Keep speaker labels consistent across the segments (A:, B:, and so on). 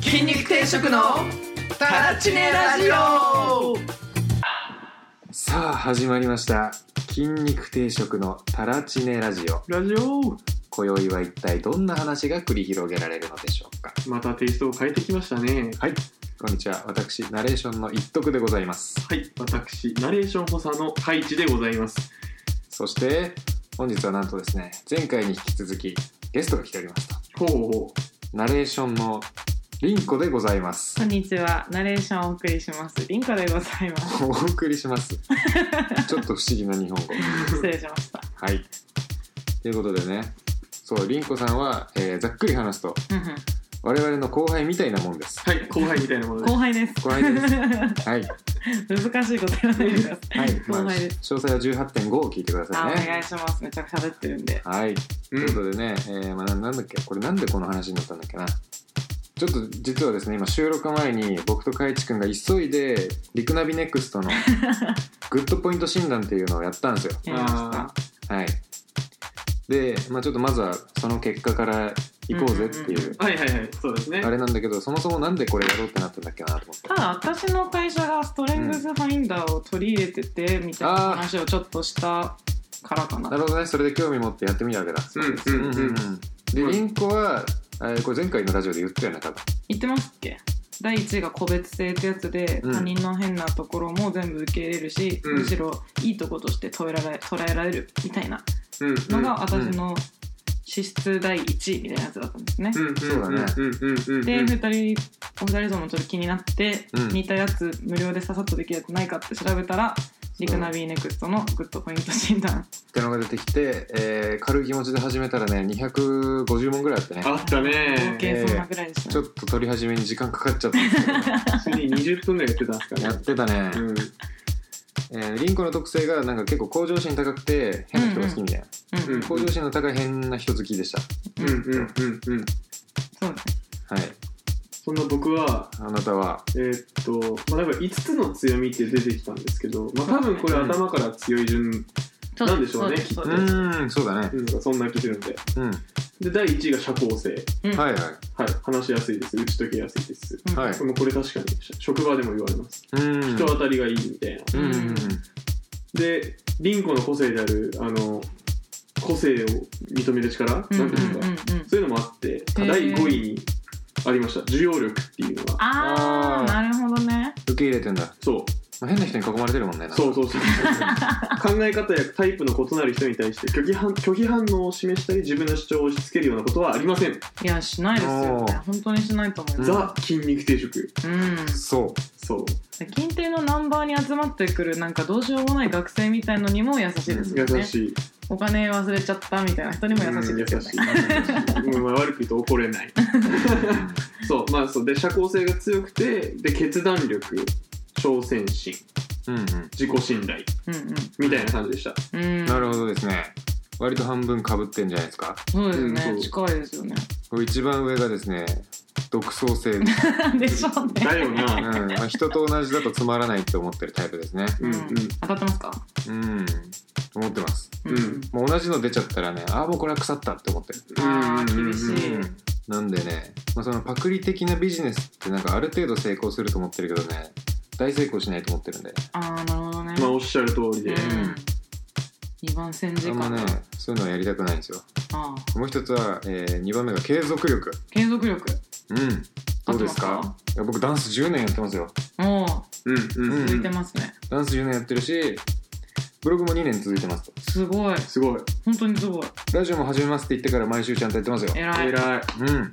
A: 定食のタラチネラジオ
B: さあ始まりました筋肉定食のタラチネラジオ
A: ラジオ
B: 今宵は一体どんな話が繰り広げられるのでしょうか
A: またテイストを変えてきましたね
B: はいこんにちは私ナレーションの一徳でございます
A: はい私ナレーション補佐のカイチでございます
B: そして本日はなんとですね前回に引き続きゲストが来ておりますと
A: ほうほ
B: ナレーションのリンコでございます
C: こんにちは、ナレーションをお送りします。リンコでございます。
B: お送りします ちょっと不思議な日本語
C: 失礼しました。
B: はいということでねそうリンコさんは、えーざっくり話すと
C: うん
B: 我々の後輩みたいなもんです
A: うはい後輩みたいな
C: う
A: もの
C: ん
A: で
C: 後
A: す
C: 輩です。
B: 後輩ですはい
C: 難しいこと言わないでください。
B: はい、 まあ、
C: 後輩です。
B: 詳細は18.5を聞いてくだ
C: あ、
B: さ
C: お
B: い
C: 願い
B: ね。
C: します。めちゃくちゃ喋ってるんで。
B: はい、と
A: う
B: い
A: ん
B: うことでね、えーまあ、ななんだっけ、これなんでこの話になったんだっけな。ちょっと実はですね、今収録前に僕と海地くんが急いで、リクナビネクスト のグッドポイント診断っていうのをやったんですよ。
C: やりました。
B: はい。で、まあ、ちょっとまずはその結果から行こうぜって
C: うんうん
B: いうう、
A: はいはいはいそうですね
B: あれなんだけど、そもそもなんでこれやろうってなったんだっけなと思って
C: た。だ私の会社がストレングスファインダーを取り入れててみたいな話をちょっとしたからかな。
B: なるほどね、それで興味持ってやってみるわけだ。
A: うんうんうん
B: で、
A: うん
B: リンコは、えーこれ前回のラジオで言ったよね、多分。
C: 言ってますっけ第1位が個別性ってやつで、
B: うん
C: 他人の変なところも全部受け入れるし、
A: うん
C: むしろいいとことして捉えられ捉えられるみたいな
A: うんうん
C: のが私の資質第1位みたいなやつだったんですね。
A: うんうん
B: そうだね
A: うんうんうんうん
C: で2人お二人ともちょっと気になって、
B: うん
C: 似たやつ無料でささっとできるやつないかって調べたらリクナビーネクストのグッドポイント診断
B: ってのが出てきて、えー軽い気持ちで始めたらね250問ぐらいあってね
A: あった
C: 合
A: ね
C: 計そんなぐらいでした
B: ちょ
C: ね
B: っと取り始めに時間かかっちゃったん です
A: 普通に20分ぐらいやってたんです
B: け
A: か
B: どや
A: ね
B: ってたね、
A: うん
B: えーリンコの特性がなんか結構向上心高くて変な人が好きみたいな、
C: うん
A: うん
B: 向上心の高い変な人好きでし
A: うんうんうんうん
C: そうですね
B: たはい
A: そんな僕は
B: あなたは
A: えーっと、まあ、なんか5つの強みって出てきたんですけど、まあ、多分これ
B: うん
A: 頭から強い順、
C: そう
A: なんでしょうね
C: そうすそううです
B: ーんそうだね
A: うん、そんな気するんで。
B: うん
A: で、第1位が社交性。
C: うん
B: はいはい
A: はい、話しやすいです。打ち解けやすいです。
C: うん
B: はい
A: これもこれ確かに、職場でも言われます。
B: うーん
A: 人当たりがいいみたいな。
B: うんうんうん
A: で、リンコの個性である、あの、個性を認める力、
C: うんう
A: なん
C: ん
A: てい
C: う
A: う
C: んん
A: か、
C: うん
A: そういうのもあって、第
C: ー
A: 5位にありました。需要力っていうのは。
C: あ
B: あ
C: ー
B: ー
C: なるほどね
B: 受け入れてんだ、
A: そう、
B: まあ、変な人に囲まれてるもんねなんか
A: そうそうそう 考え方やタイプの異なる人に対して拒否反拒否反応を示したり自分の主張を押し付けるようなことはありません、
C: いやしないですよね
B: おー
C: 本当にしないと思います
A: ザ筋肉定食
C: うん
B: そう
A: そう
C: 金定のナンバーに集まってくるなんかどうしようもない学生みたいのにも優しいですよ
A: 優
C: ね、
A: しい、
C: お金忘れちゃったみたいな人にも優しいですよね、
A: うん優しいうんまあ悪く言うと怒れないそうまあそうで社交性が強くてで決断力挑戦心
B: うんうん
A: 自己信頼
C: うんうん
A: みたいな感じでした、
C: うん、
B: なるほどですね割と半分かぶってんじゃないですか
C: そうですね、
A: うん
C: 近いですよね
B: これ一番上がですね独創性です
C: でしょうね
A: だよ
B: うん
A: な
B: まあ、人と同じだとつまらないって思ってるタイプですね。
A: うんうん
C: 当たってますか
B: うん。思ってます。
A: うん
B: もう同じの出ちゃったらね、ああ、もうこれは腐ったって思ってる。
C: あー厳しい
B: うんなんでね、まあ、そのパクリ的なビジネスってなんかある程度成功すると思ってるけどね、大成功しないと思ってるんで、
C: ああなるほどね、
A: まあおっしゃる通りで、
C: うん、2番戦時
B: あん
C: 間
B: まね、そういうのはやりたくないんですよ。
C: ああ
B: もう一つは、え2番目が継続力。
C: 継続力
B: うん。どうで
C: 合
B: す
C: って
B: か
C: ま
B: いや僕ダンス10年やってますよ。
C: おお
A: うんうんうん
B: うん
C: 続いてますね、
B: ダンス10年やってるし、ブログも2年続いてますと。
C: すごい
A: すごい
C: 本当にすごい
B: ラジオも始めますって言ってから毎週ちゃんとやってますよ。
C: 偉い
A: 偉い
B: うん。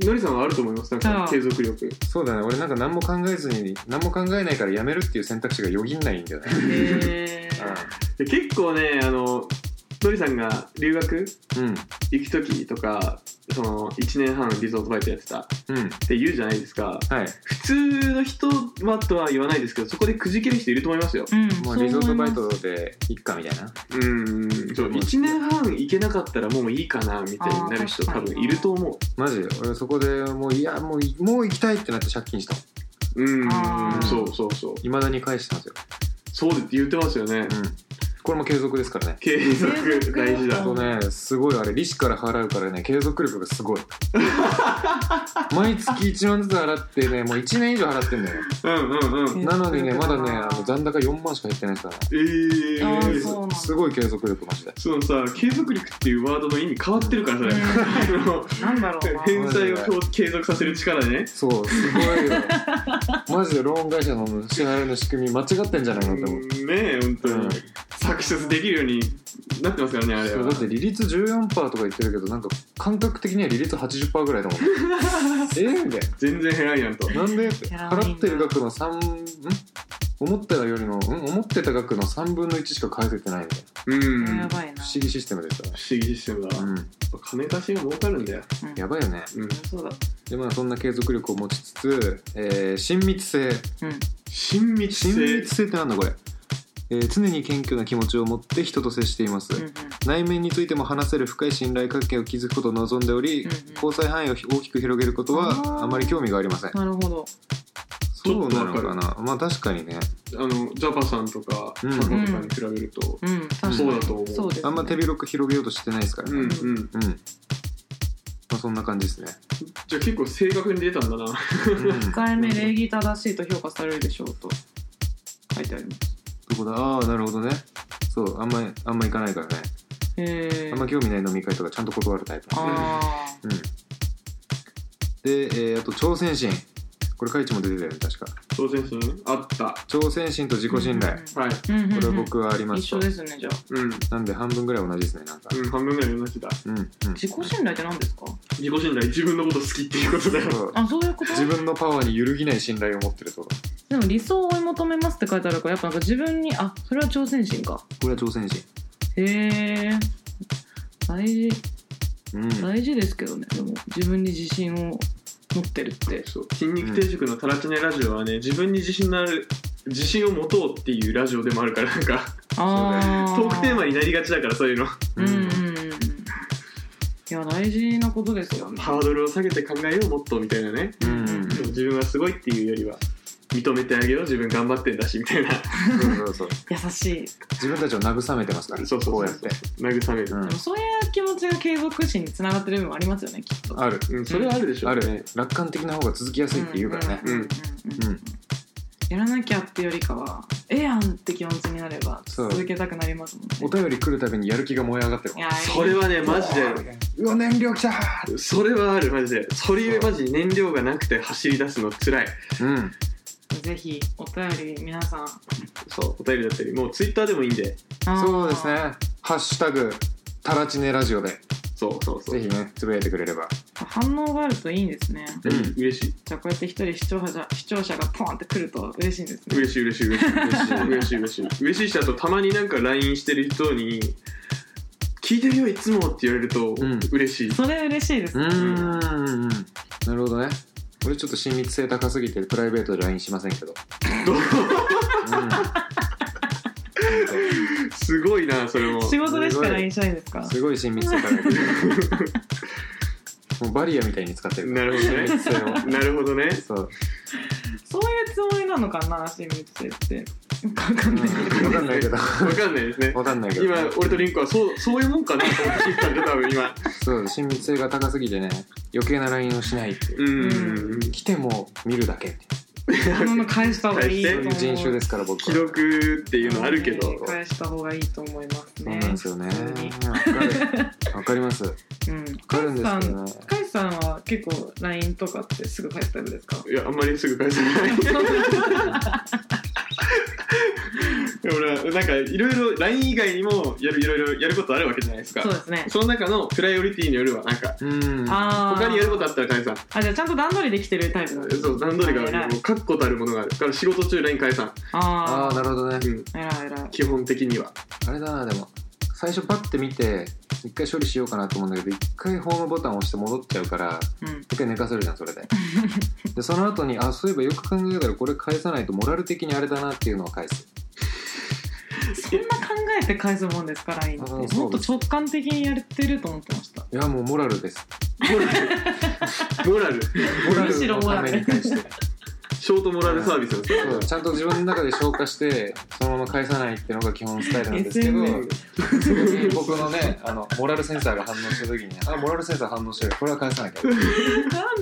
A: のりさんはあると思いますなん
C: あ
A: か
C: あ
A: 継続力
B: そうだね俺なんか何も考えずに何も考えないからやめるっていう選択肢がよぎんないんだよね
C: へ え
A: で結構ねあののりさんが留学
B: うんうん
A: 行く時とかその1年半リゾートバイトやってたっ
B: うん
A: て言うじゃないですか
B: はい
A: 普通の人はとは言わないですけどそこでくじける人いると思いますよ
C: うん
B: も
C: そうう
B: リゾー
C: 思
B: ト
C: い
B: バ
C: ま
B: イ
C: す
B: トでいっかみたいな
A: うんそう1年半行けなかったらもういいかなみたいになる人
C: あー確
A: 多
C: かに
A: 分いると思
B: マジ俺そこでもういやもういもう行きたいってなって借金したもん
A: ううん
C: あ
B: ー
A: そうそうそう
B: いまだに返してますよ
A: そうって言ってますよね
B: うんこれも継続ですからね
A: 継続大事
B: あ
A: だ
B: とねすごいあれ利子から払うからね継続力がす ごい毎月1万ずつ払ってねもう1年以上払ってんだよ
A: うんうんうん
C: 継続力
B: なのにねまだね
C: だな
B: あの残高4万しか減ってないですからね
A: え
C: あ
A: ー、
C: ーそうなんだ
B: すごい継続力マジで
A: そのさ継続力っていうワードの意味変わってるからさ、あの
C: なんだろうな
A: 返済を継続させる力ね
B: そうすご いよマジでローン会社の支払いの仕組み間違ってんじゃないのって思う
A: うんねえ本当に、
B: うん
A: 搾取できるようになってますからねあれ
B: そう
A: は
B: だって利率14%とか言ってるけどなんか感覚的には利率80%ぐらい だもんええみたい
A: 全然減らんやんと
B: ななんでって
C: やばいな
B: 払ってる額の3ん思ったよりのん思ってた額の3分の1しか返せてないみたいな
A: うん不
C: や
A: 思
C: ばいな
B: 不思議システムですよね
A: 議システムだわ、
B: う
A: やっ
B: ん
A: ぱ金貸しが儲かるんだよ、
C: うん
B: やばいよね
A: うん、
C: そうだ
B: でまあそんな継続力を持ちつつ、えー親密性
C: うん
A: 親密性
B: 親密性ってなんだこれ、えー常に謙虚な気持ちを持って人と接しています、
C: うんうん
B: 内面についても話せる深い信頼関係を築くことを望んでおり、
C: うんうん
B: 交際範囲を大きく広げること
C: あー
B: はあまり興味がありません
C: なるほど
A: ち
B: そ
A: ょ
B: う
A: っと
B: な
A: わ
B: の
A: かる
B: かなまあ確かにね
A: あのジャパさんとか
B: う
A: タ
B: ん
A: コとかに比べると、
C: うん確かに
A: そうだと思う
C: そうですね
B: あんま手広く広げようとしてないですから
A: う
B: ね
A: んうん
B: うん、まあそんな感じ ですね、
A: じゃあ結構正確に出たんだな
B: うん
C: 1回目礼儀正しいと評価されるでしょうと書いてあります
B: どこだああなるほどねそうあんまりあんま行かないからね、
C: へえ
B: あんま興味ない飲み会とかちゃんと断るタイプなんで
C: あ
B: うんで、えーあと挑戦心これカイチも出てたよね確か
A: 挑戦心あった
B: 挑戦心と自己信頼、
A: はい
C: ーうんうん
B: これは
C: うん
B: 僕はあります
C: 一
B: と
C: 緒ですねじゃあ
A: うん、
B: なんで半分ぐらい同じですねなんか
A: うん、半分ぐらい同じだ
B: うんうん
C: 自己信頼って何ですか
A: 自己信頼自分のこと好きっていうことだよ
B: そう
C: あそういうこと
B: 自分のパワーに揺るぎない信頼を持ってるってこと
C: でも理想を追い求めますって書いてあるからやっぱなんか自分にあそれは挑戦心か
B: これは挑戦心
C: へえ大事
B: うん
C: 大事ですけどねでも自分に自信を持ってるって
A: そう筋肉定食のタラチネラジオはね自分に自信のある自信を持とうっていうラジオでもあるからなんか
C: ああ
A: トークテーマになりがちだからそういうの
C: うんうんうんいや大事なことですよね
A: ハードルを下げて考えようもっとみたいなね
B: うん
C: うん
B: うん
A: でも自分はすごいっていうよりは認めてあげよう自分頑張ってんだしみたいな
B: そうそうそう
C: 優しい
B: 自分たちを慰めてますから
A: そうそうそう
B: こうやって
A: 慰める、
B: うん
C: でもそういう気持ちが継続心につながってる部分もありますよねきっと
B: ある
A: うん、それはあるでしょ
B: あ
A: うね、
B: る楽観的な方が続きやすいって言うからね
C: んんん
B: う
C: う
B: ん
C: んやらなきゃってよりかはええやんって気持ちになれば
B: そう
C: 続けたくなりますもんね
B: お便り来るたびにやる気が燃え上がってる
C: いや
A: それはねマジで
B: うわ燃料きたー
A: それはあるマジでそれゆえマジ燃料がなくて走り出すのつらい
B: うん
C: ぜひお便り皆さん
A: そうお便りだったりもうツイッターでもいいんで
C: あー
B: そうですね「ハッシュタグタラチネラジオで」
A: そうそうそう
B: ぜひねつぶやいてくれれば
C: 反応があるといいんですね
A: うん嬉しい
C: じゃあこうやって一人視聴者視聴者がポンって来ると嬉しいんですね
A: 嬉しい嬉しい嬉しい嬉しい嬉しい嬉しい嬉しいしあとたまになんか LINE してる人に「聞いてるよいつも」って言われると
B: うん
A: 嬉しい、
C: それ嬉しいですね
B: うんうんなるほどね俺ちょっと親密性高すぎてプライベートで LINE しませんけど
A: どう
B: うん
A: すごいなそれも
C: 仕事でしか LINE しないですか
B: すごい親密性高いけどもうバリアみたいに使ってる
A: なるほどね
B: それを
A: なるほどね
B: そう
C: そういうつもりなのかな親密性ってよくわか
B: うんん
C: ないけど
B: わかんないけど
A: わかんないですね
B: わかんないけど
A: 今俺とリンクはそうそういうもんかなと思って聞いたんで多分今
B: そう親密性が高すぎてね余計な LINE をしないっていううん来ても見るだけって
C: そんなの返した方がいいと
B: いう
C: 思う
B: 人種ですから僕
A: 既
B: は
A: 読っていうのあるけど、
C: 返した方がいいと思います
B: そう
C: ね
B: なんですよね
C: 普通に
B: わかるわかりますわ
C: うん
B: かるんです
C: カイ
B: け
C: さ
B: ど
C: ん
B: ね
C: カイさんは結構 LINE とかってすぐ返すタイプですか
A: いやあんまりすぐ返さない 俺はなんかいろいろ LINE 以外にもやるいろいろやることあるわけじゃないですか
C: そうですね
A: その中のプライオリティによるわなんか
B: うん
C: あー
A: 他にやることあったら解散
C: あじゃあちゃんと段取りできてるタイプなんですね
A: そう段取りがあ
C: 偉
A: る
C: い
A: もう確固たるものがあるだから仕事中 LINE 解散、
B: あ
C: あ
B: あなるほどね
A: うん、
C: あ偉い偉い
A: 基本的には
B: あれだなでも最初パッて見て一回処理しようかなと思うんだけど一回ホームボタンを押して戻っちゃうから
C: うん
B: 一回寝かせるじゃん それででその後にあそういえばよく考えたらこれ返さないとモラル的にあれだなっていうのを返す
C: そんな考えて返すもんですか LINE って
B: あ
C: も
B: ー
C: っ
B: そう
C: と直感的にやってると思ってました
B: いやもうモラルです
A: モラル モラル
B: モラ
C: むし
B: ル
C: ろ
B: の
C: モラ
B: た
C: ル
B: めに返して
A: 直ショートモラルサービスなんですよ
B: そうちゃんと自分の中で消化してそのまま返さないっていうのが基本スタイルなんで すけど
C: SML
B: そこに僕のねあのモラルセンサーが反応した時にあモラルセンサー反応してるこれは返さなきゃ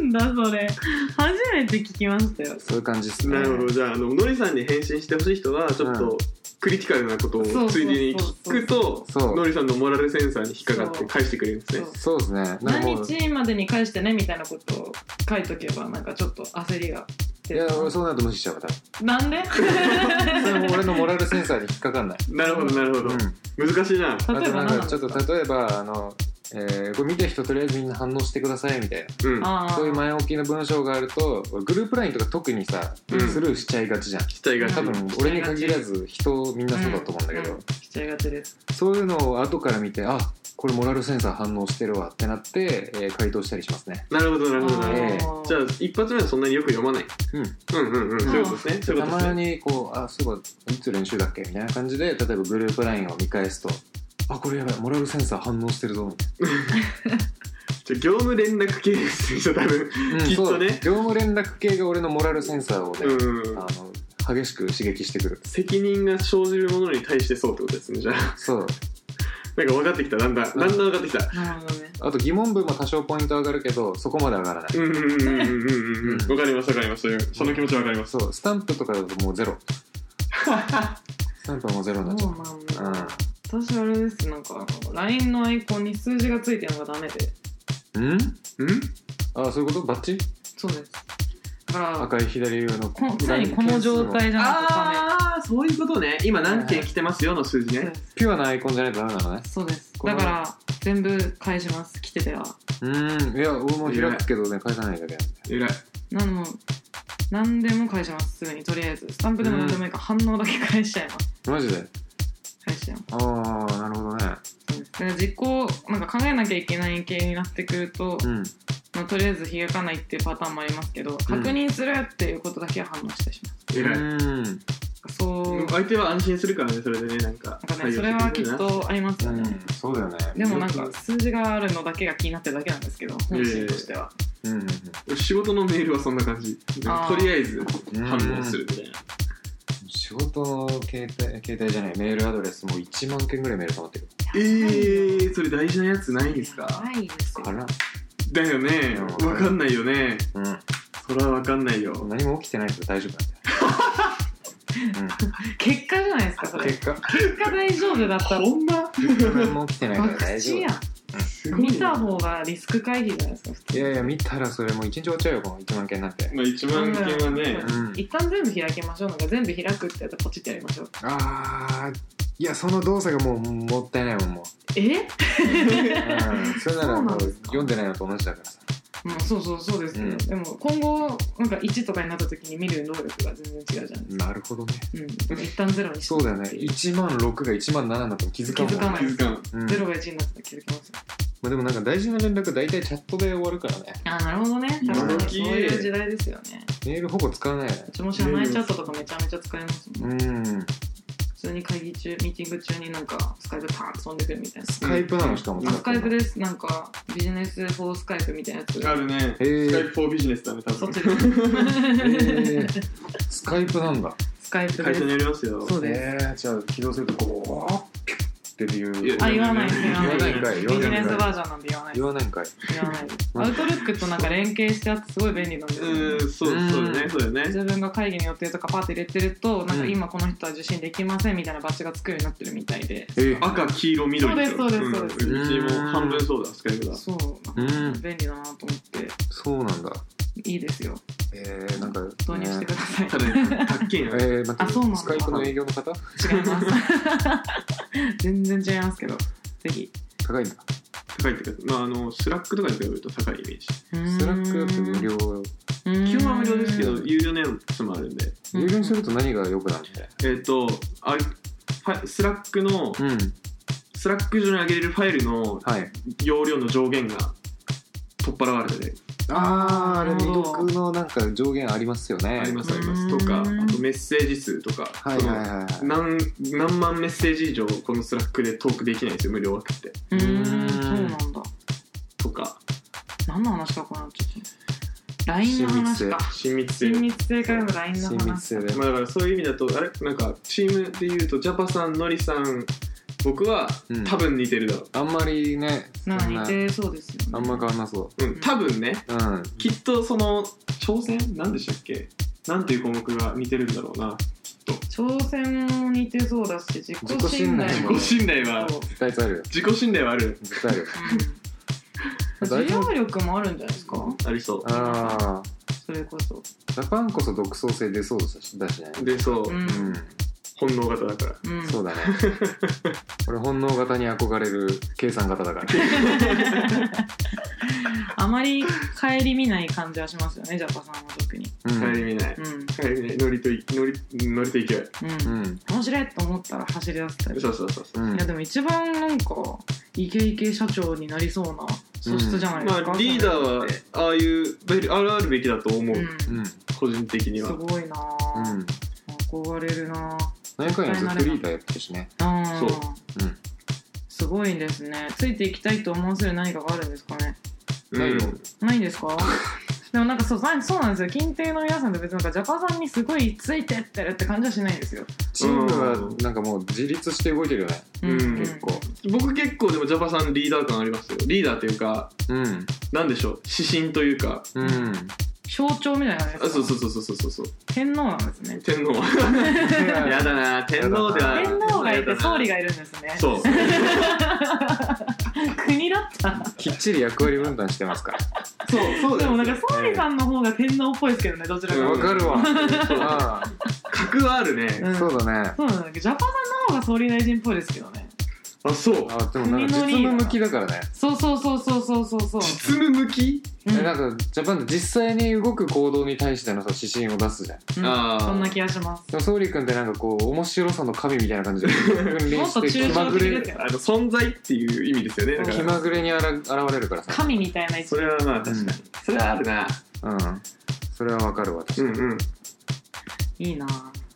C: なんだそれ初めて聞きましたよ
B: そういう感じですね
A: なるほどじゃああののりさんに返信してほしい人はちょ
B: う
A: っ
B: ん
A: とクリティカルなこ
C: そう
A: と
C: そうそう
A: を
C: そう
A: ついでに聞くと
B: そう
A: のりさんのモラルセンサーに引っかかっ
C: そ
A: て
C: う
A: 返してくれるんですね
C: そう
B: そうですねなんかも
C: 何
B: う
C: 日までに返してねみたいなことを書いとけばなんかちょっと焦りが
B: い
C: 出
B: や
C: る
B: 俺そうなると無視しちゃうから
C: なんで
B: それも俺のモラルセンサーに引っかかんない、
A: なるほどなるほど、
B: うん
A: 難しいな
B: あ
C: 例え
B: と
C: ば何
B: なん
C: なの
B: かちょっと例えばあの、えーこれ見た人とりあえずみんな反応してくださいみたい
A: うん
C: あ
B: な
C: ー
B: そういう前置きの文章があると俺グループラインとか特にさ、
A: うん
B: スルーしちゃいがちじゃん
A: 期待が
B: 多
A: ち
B: 分俺に限らず人みんなそうだと思うんだけど、
C: うしちゃいがちです
B: そういうのを後から見てあこれモラルセンサー反応してるわってなって、えー回答したりしますね
A: なるほどなるほどなるほ
B: え
A: ど
B: え
A: じゃあ一発目はそんなによく読まない
B: うん
A: うんうんうんそういうことですねそういう
B: た
A: ことです
B: ま
A: ね
B: にこうあそういえばいつ練習だっけみたいな感じで例えばグループラインを見返すとあこれやばいモラルセンサー反応してるぞみたいな
A: じゃあ業務連絡系ですねじゃあ多 分
B: うん
A: きっと
B: そう
A: ね
B: 業務連絡系が俺のモラルセンサーをね、
A: うん
B: あの激しく刺激してくる
A: 責任が生じるものに対してそうってことですねじゃあ
B: そう
A: なんか分かってきただんだんだんだん分かってきた
C: なるほどね
B: あと疑問文も多少ポイント上がるけどそこまで上がらない、
A: うんうんうんうんうんうん分かります分かりますそういうその気持ち分かります
B: そうスタンプとかだとも うゼロスタンプはもうゼロになっち
C: そ
B: ゃ
C: うなんだ、
B: う
C: 私あれですなんかあの LINE のアイコンに数字がついてるのがダメで
B: うん、うん、
A: うん
B: あそういうことバッチリ
C: そうですだから
B: 赤い左上の
C: こん常にこの状態じゃないとダ
A: ああそういうことね今何件来てますよの数字
C: メそう
A: ね
C: です
B: ピュアなアイコンじゃないとダメなのね
C: そうです
B: こ
C: だ
B: の
C: から全部返します来てたら
B: うんいや俺も開くけどね返さないだけなんだよ
A: えらい
C: なの何でも返しますすぐにとりあえずスタンプでも何でもいいから反応だけ返しちゃいます
B: マジで
C: 返しちゃいます
B: ああなるほどね
C: そうですだから実行なんか考えなきゃいけない系になってくると、
B: うん
C: まあ、とりあえず開かないっていうパターンもありますけど確認するっていうことだけは反応してしま
A: えらい
B: うん
C: うそう
A: 相手は安心するからねそれでねなんか
C: なんかね、それはきっとあります
B: う
C: よね。
B: んそうだよね
C: でもなんか、数字があるのだけが気になってるだけなんですけど、本心としては。
B: うんうん
A: 仕事のメールはそんな感じ
C: あー
A: とりあえず
B: うん、
A: 反応するみたいな
B: 仕事の携帯携帯じゃないメールアドレスも1万件ぐらいメール溜まってる
A: えー、それ大事なやつないですか
C: ないですよ。
B: から
A: だよね
B: うん
A: わかんないよね
B: う
A: それはわかんないよ
B: ん何も起きてないけど大丈夫なんだよ、
C: 結果じゃないですか、そ
B: うん、
C: れ。
B: 結果
C: 結果大丈夫だったら。
A: ほんま
B: 何も起きてないから
C: 爆
B: 大丈
C: 死
B: 夫
C: やん。
A: すごいな
C: 見た方がリスク回避じゃないですか、普
B: い
C: 通
B: やいや見たらそれもう1日終わっちゃうよこの1万件なんて
A: まあ1万件はね
B: うん
C: 一旦全部開きましょうなんか全部開くってやったらポチってやりましょう
B: あーいやその動作がもうもったいないもんもう、
C: え
B: うん、それならも
C: そうなん
B: う
C: ですか
B: 読んでないのと同じだからさ
C: まあそうそうそうですよ、
B: うん
C: でも今後なんか1とかになった時に見る能力が全然違うじゃないですか、
B: なるほどね
C: うん、でも一旦ゼロにして
B: そうだよね1万6が1万7になっても気づかんもん
C: 気づかない
A: 気づかん
B: うん
C: ゼロが1になったら気づきますよ
B: まあ、でもなんか大事な連絡大体チャットで終わるからね
C: あーなるほどね
A: 今
C: 確かにそう
A: 時
C: いう時代ですよね
B: メールほぼ使わないよね
C: うちも知らないチャットとかめちゃめちゃ使いますもん、
B: うん
C: 普通に会議中ミーティング中になんかスカイプパーンと飛んでくるみたいな
B: スカイプなのしかも
C: あスカイプ
B: へ
C: ですなんかビジネスフォースカイプみたいなやつ
A: あるね
B: へー
A: スカイプフォービジネスだね多
C: そっ
A: 分
C: ちです
B: ースカイプなんだ
C: スカイプ
A: 会
C: で
A: 社に
C: す
A: よりますよ
C: そうです、
B: えー、じゃあ起動するとこうピュッって理由
A: いや
C: あ言わないです言わない
B: 言わないんかい
C: ビ
B: 言わ
C: ジ
B: ない
C: ネ
B: ん
C: ス
B: かい
C: バージョンなんで言わないで
B: 言わないんかい
C: す言わないですアウトルックとなんか連携してあってすごい便利なんです
A: う
C: よ、
A: んそうそうだねそうだよね
C: 自分が会議の予定とかパッて入れてるとなんか
B: うん
C: 今この人は受信できませんみたいなバッジがつくようになってるみたいで、
B: えー
A: 赤黄色緑ってこと
C: そうですそうです
B: そうです
A: んうちも半分そうだスカイプだ
C: そう
B: うん
C: 便利だなと思って
B: そうなんだ
C: いいですよ
B: えー、なんか、ね、
C: 導入してください、
A: ただねたっけん
B: え
A: や
B: ー、待って
C: あそうなんだ
B: スカイプの営業の
C: 違
B: 方
C: います全然違いますけどぜひ
B: 高いんだ
A: 高いってかまああのスラックとかに比べると高いイメージ
B: スラックだって無料
A: 基本は無料ですけ
C: う
A: ど
C: ん
A: 有料のやつもあるんで
B: 有料にすると何が良くなるみたい
A: えっ、とあファイスラックの
B: なうん
A: スラック上に上げれるファイルの
B: はい
A: 容量の上限が取っ払われてて、
B: あーあれ
C: なる
B: 未
C: ほど
B: 読のなんか上限ありますよね
A: ありますありま
C: う
A: す
C: ん
A: とかあとメッセージ数とか、
B: はいはいはいはい
A: その何何万メッセージ以上このスラックでトークできないんですよ無料枠って
C: うーんそうなんだ
A: とか
C: 何の話かこうなっちゃっ LINE の話か
A: 親密性
C: 親密性からの LINE の
B: 親密
C: 話
B: 性で、
A: まあだからそういう意味だとあれなんかチームで言うとジャパさんノリさん僕は
B: うん
A: 多分似てるだろ、
B: あんまりね
C: なんか
B: そんな
C: 似てそうですよね
B: あんま変わんなそう
A: うん、多分ね
B: ううん
A: きっとその挑戦なんでしたっけなんていう項目が似てるんだろうな
C: 挑戦も似てそうだし自己信頼
B: 自
A: 自
C: も
A: 己信頼は
C: そう
B: 絶対あるよ
A: 自己信頼はある
B: 絶対あるよ
C: うん
B: 大
C: 需
B: 丈夫
C: 要力もあるんじゃないですか
A: ありそ
B: あ
C: それこそ
B: あジャパンこそ独創性出そうだしだしね
A: うでそ
C: う
B: う
A: う、
B: んん
A: 本能型だから
C: うん
B: そう だね俺本能型に憧れる K さん型だから
C: あまり顧みない感じはしますよねジャパさんは特に
B: うん
A: 帰り見ない
C: うん
A: 帰り見ないノリといノリノリと勢い
C: うん
B: うん
C: 面白いと思ったら走り出すタイプ
A: そうそうそうそう
B: うん
C: いやでも一番なんかイケイケ社長になりそうな素質じゃないですか、
A: まあリーダーはああいうべあるあるべきだと思う、
C: うん、
B: うん
A: 個人的に
C: す
A: は
C: ごいな
B: う
C: ぁ、
B: ん
C: 憧れるな
B: 何回もずっとリーダーやってるしね
C: ぁうん
A: そう
B: うん
C: すごいですねついていきたいと思わせる何かがあるんですかね
A: うん
B: ないよ
C: ないんです かでもなんかそうさそうなんですよ金帝の皆さんって別になんかジャパさんにすごいついてってるって感じはしないんですよ、
B: チームはなんかもう自立して動いてるよね
A: うん
B: 結構
A: 僕結構でもジャパさんリーダー感ありますよリーダーというか
B: うん
A: なんでしょう指針というか
B: うん
C: 象徴みたいな感じです
A: あ
C: か
A: そうそうそうそうそうそう
C: 天皇なんですね
A: 天皇 やだな天皇では
C: 天皇がいて総理
A: が
C: がいるんですね
A: そう
C: 国だった
B: きっちり役割分担してますから
A: そうそう
C: で
A: だよ
C: もなんか総理さんの方が天皇っぽいですけどねどちらか
A: うん
B: わ
C: が
B: かるわ
A: そう
B: あ
A: 格はあるね、
C: うん
B: あそうだね
C: そうなんだけどジャパさんの方が総理大臣っぽいですけどね
A: あそう
B: あでもなんか実務向きだからね
C: そうそうそうそうそうそうそう
A: 実務向き
C: うん
B: えなんかジャパンで実際に動く行動に対してのさ指針を出すじゃん
C: うん
A: あー
C: そんな気がします
B: でも総理君ってなんかこう面白さの神みたいな感じで君臨して気まぐ
C: もっと抽象的
B: れ
C: ですよ
A: あの存在っていう意味ですよねだ
B: 気
A: から
B: まぐれにあら現れるからさ
C: 神みたいな位置
A: それはまあ確かに、
B: うん
A: それはあるな
B: うんそれはわかるわ確か
A: う
B: に、
A: んうん
C: いいな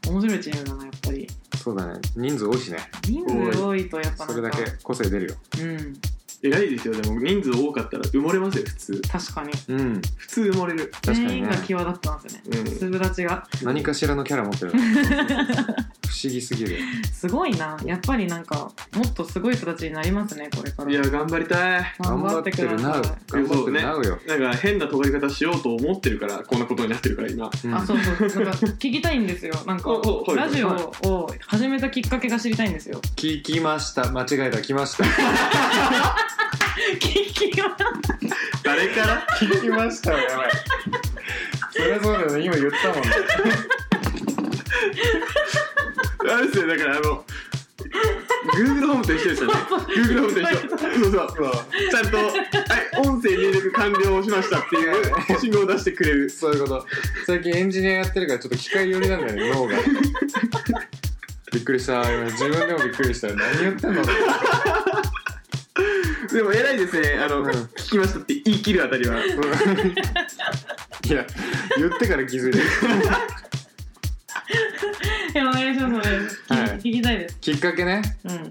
C: ぁ面白いチームだなやっぱり
B: そうだね人数多いしね
C: 人数多いとやっぱな
B: それ
C: ん
B: だ
C: か
B: け個性出るよ
C: うん
A: 偉いですよでも人数多かったら埋もれますよ普通
C: 確かに
B: うん
A: 普通埋もれる
B: 確か
C: 全
B: に
C: 員
B: ね
C: が際立ってますよね
A: うん
C: つぶ立ちが
B: 何かしらのキャラ持って るから不思議すぎる
C: すごいなやっぱりなんかもっとすごい人たちになりますねこれから
A: いや頑張りたい
B: 頑張ってるな
C: 頑張ってください
B: 頑張ってるなうよ、
A: なんか変な尖り方しようと思ってるからこんなことになってるから
B: う
A: 今
B: ん
C: あそうそうなんか聞きたいんですよなんか
A: おおはい
C: ラジオを始めたきっかけが知りたいんですよ
B: 聞きました間違えた来ました
C: 聞きは
A: 誰から
B: 聞きましたやばいそれそうだよね今言ったもんね
A: あれですよだからあの Google ホームと一緒ですよね Google ホームと一緒そうそうちゃんとはい音声入力完了しましたっていう信号を出してくれる
B: そういうこと最近エンジニアやってるからちょっと機械寄りなんだ よね脳がびっくりした今自分でもびっくりした何言ってんの
A: でも偉いですねあの、
B: うん
A: 聞きましたって言い切るあたりは
B: うんいや言ってから気づいて
C: いやお願いしますお願いします
B: はい
C: 聞き聞きたいです
B: きっかけね
C: うん
B: きっ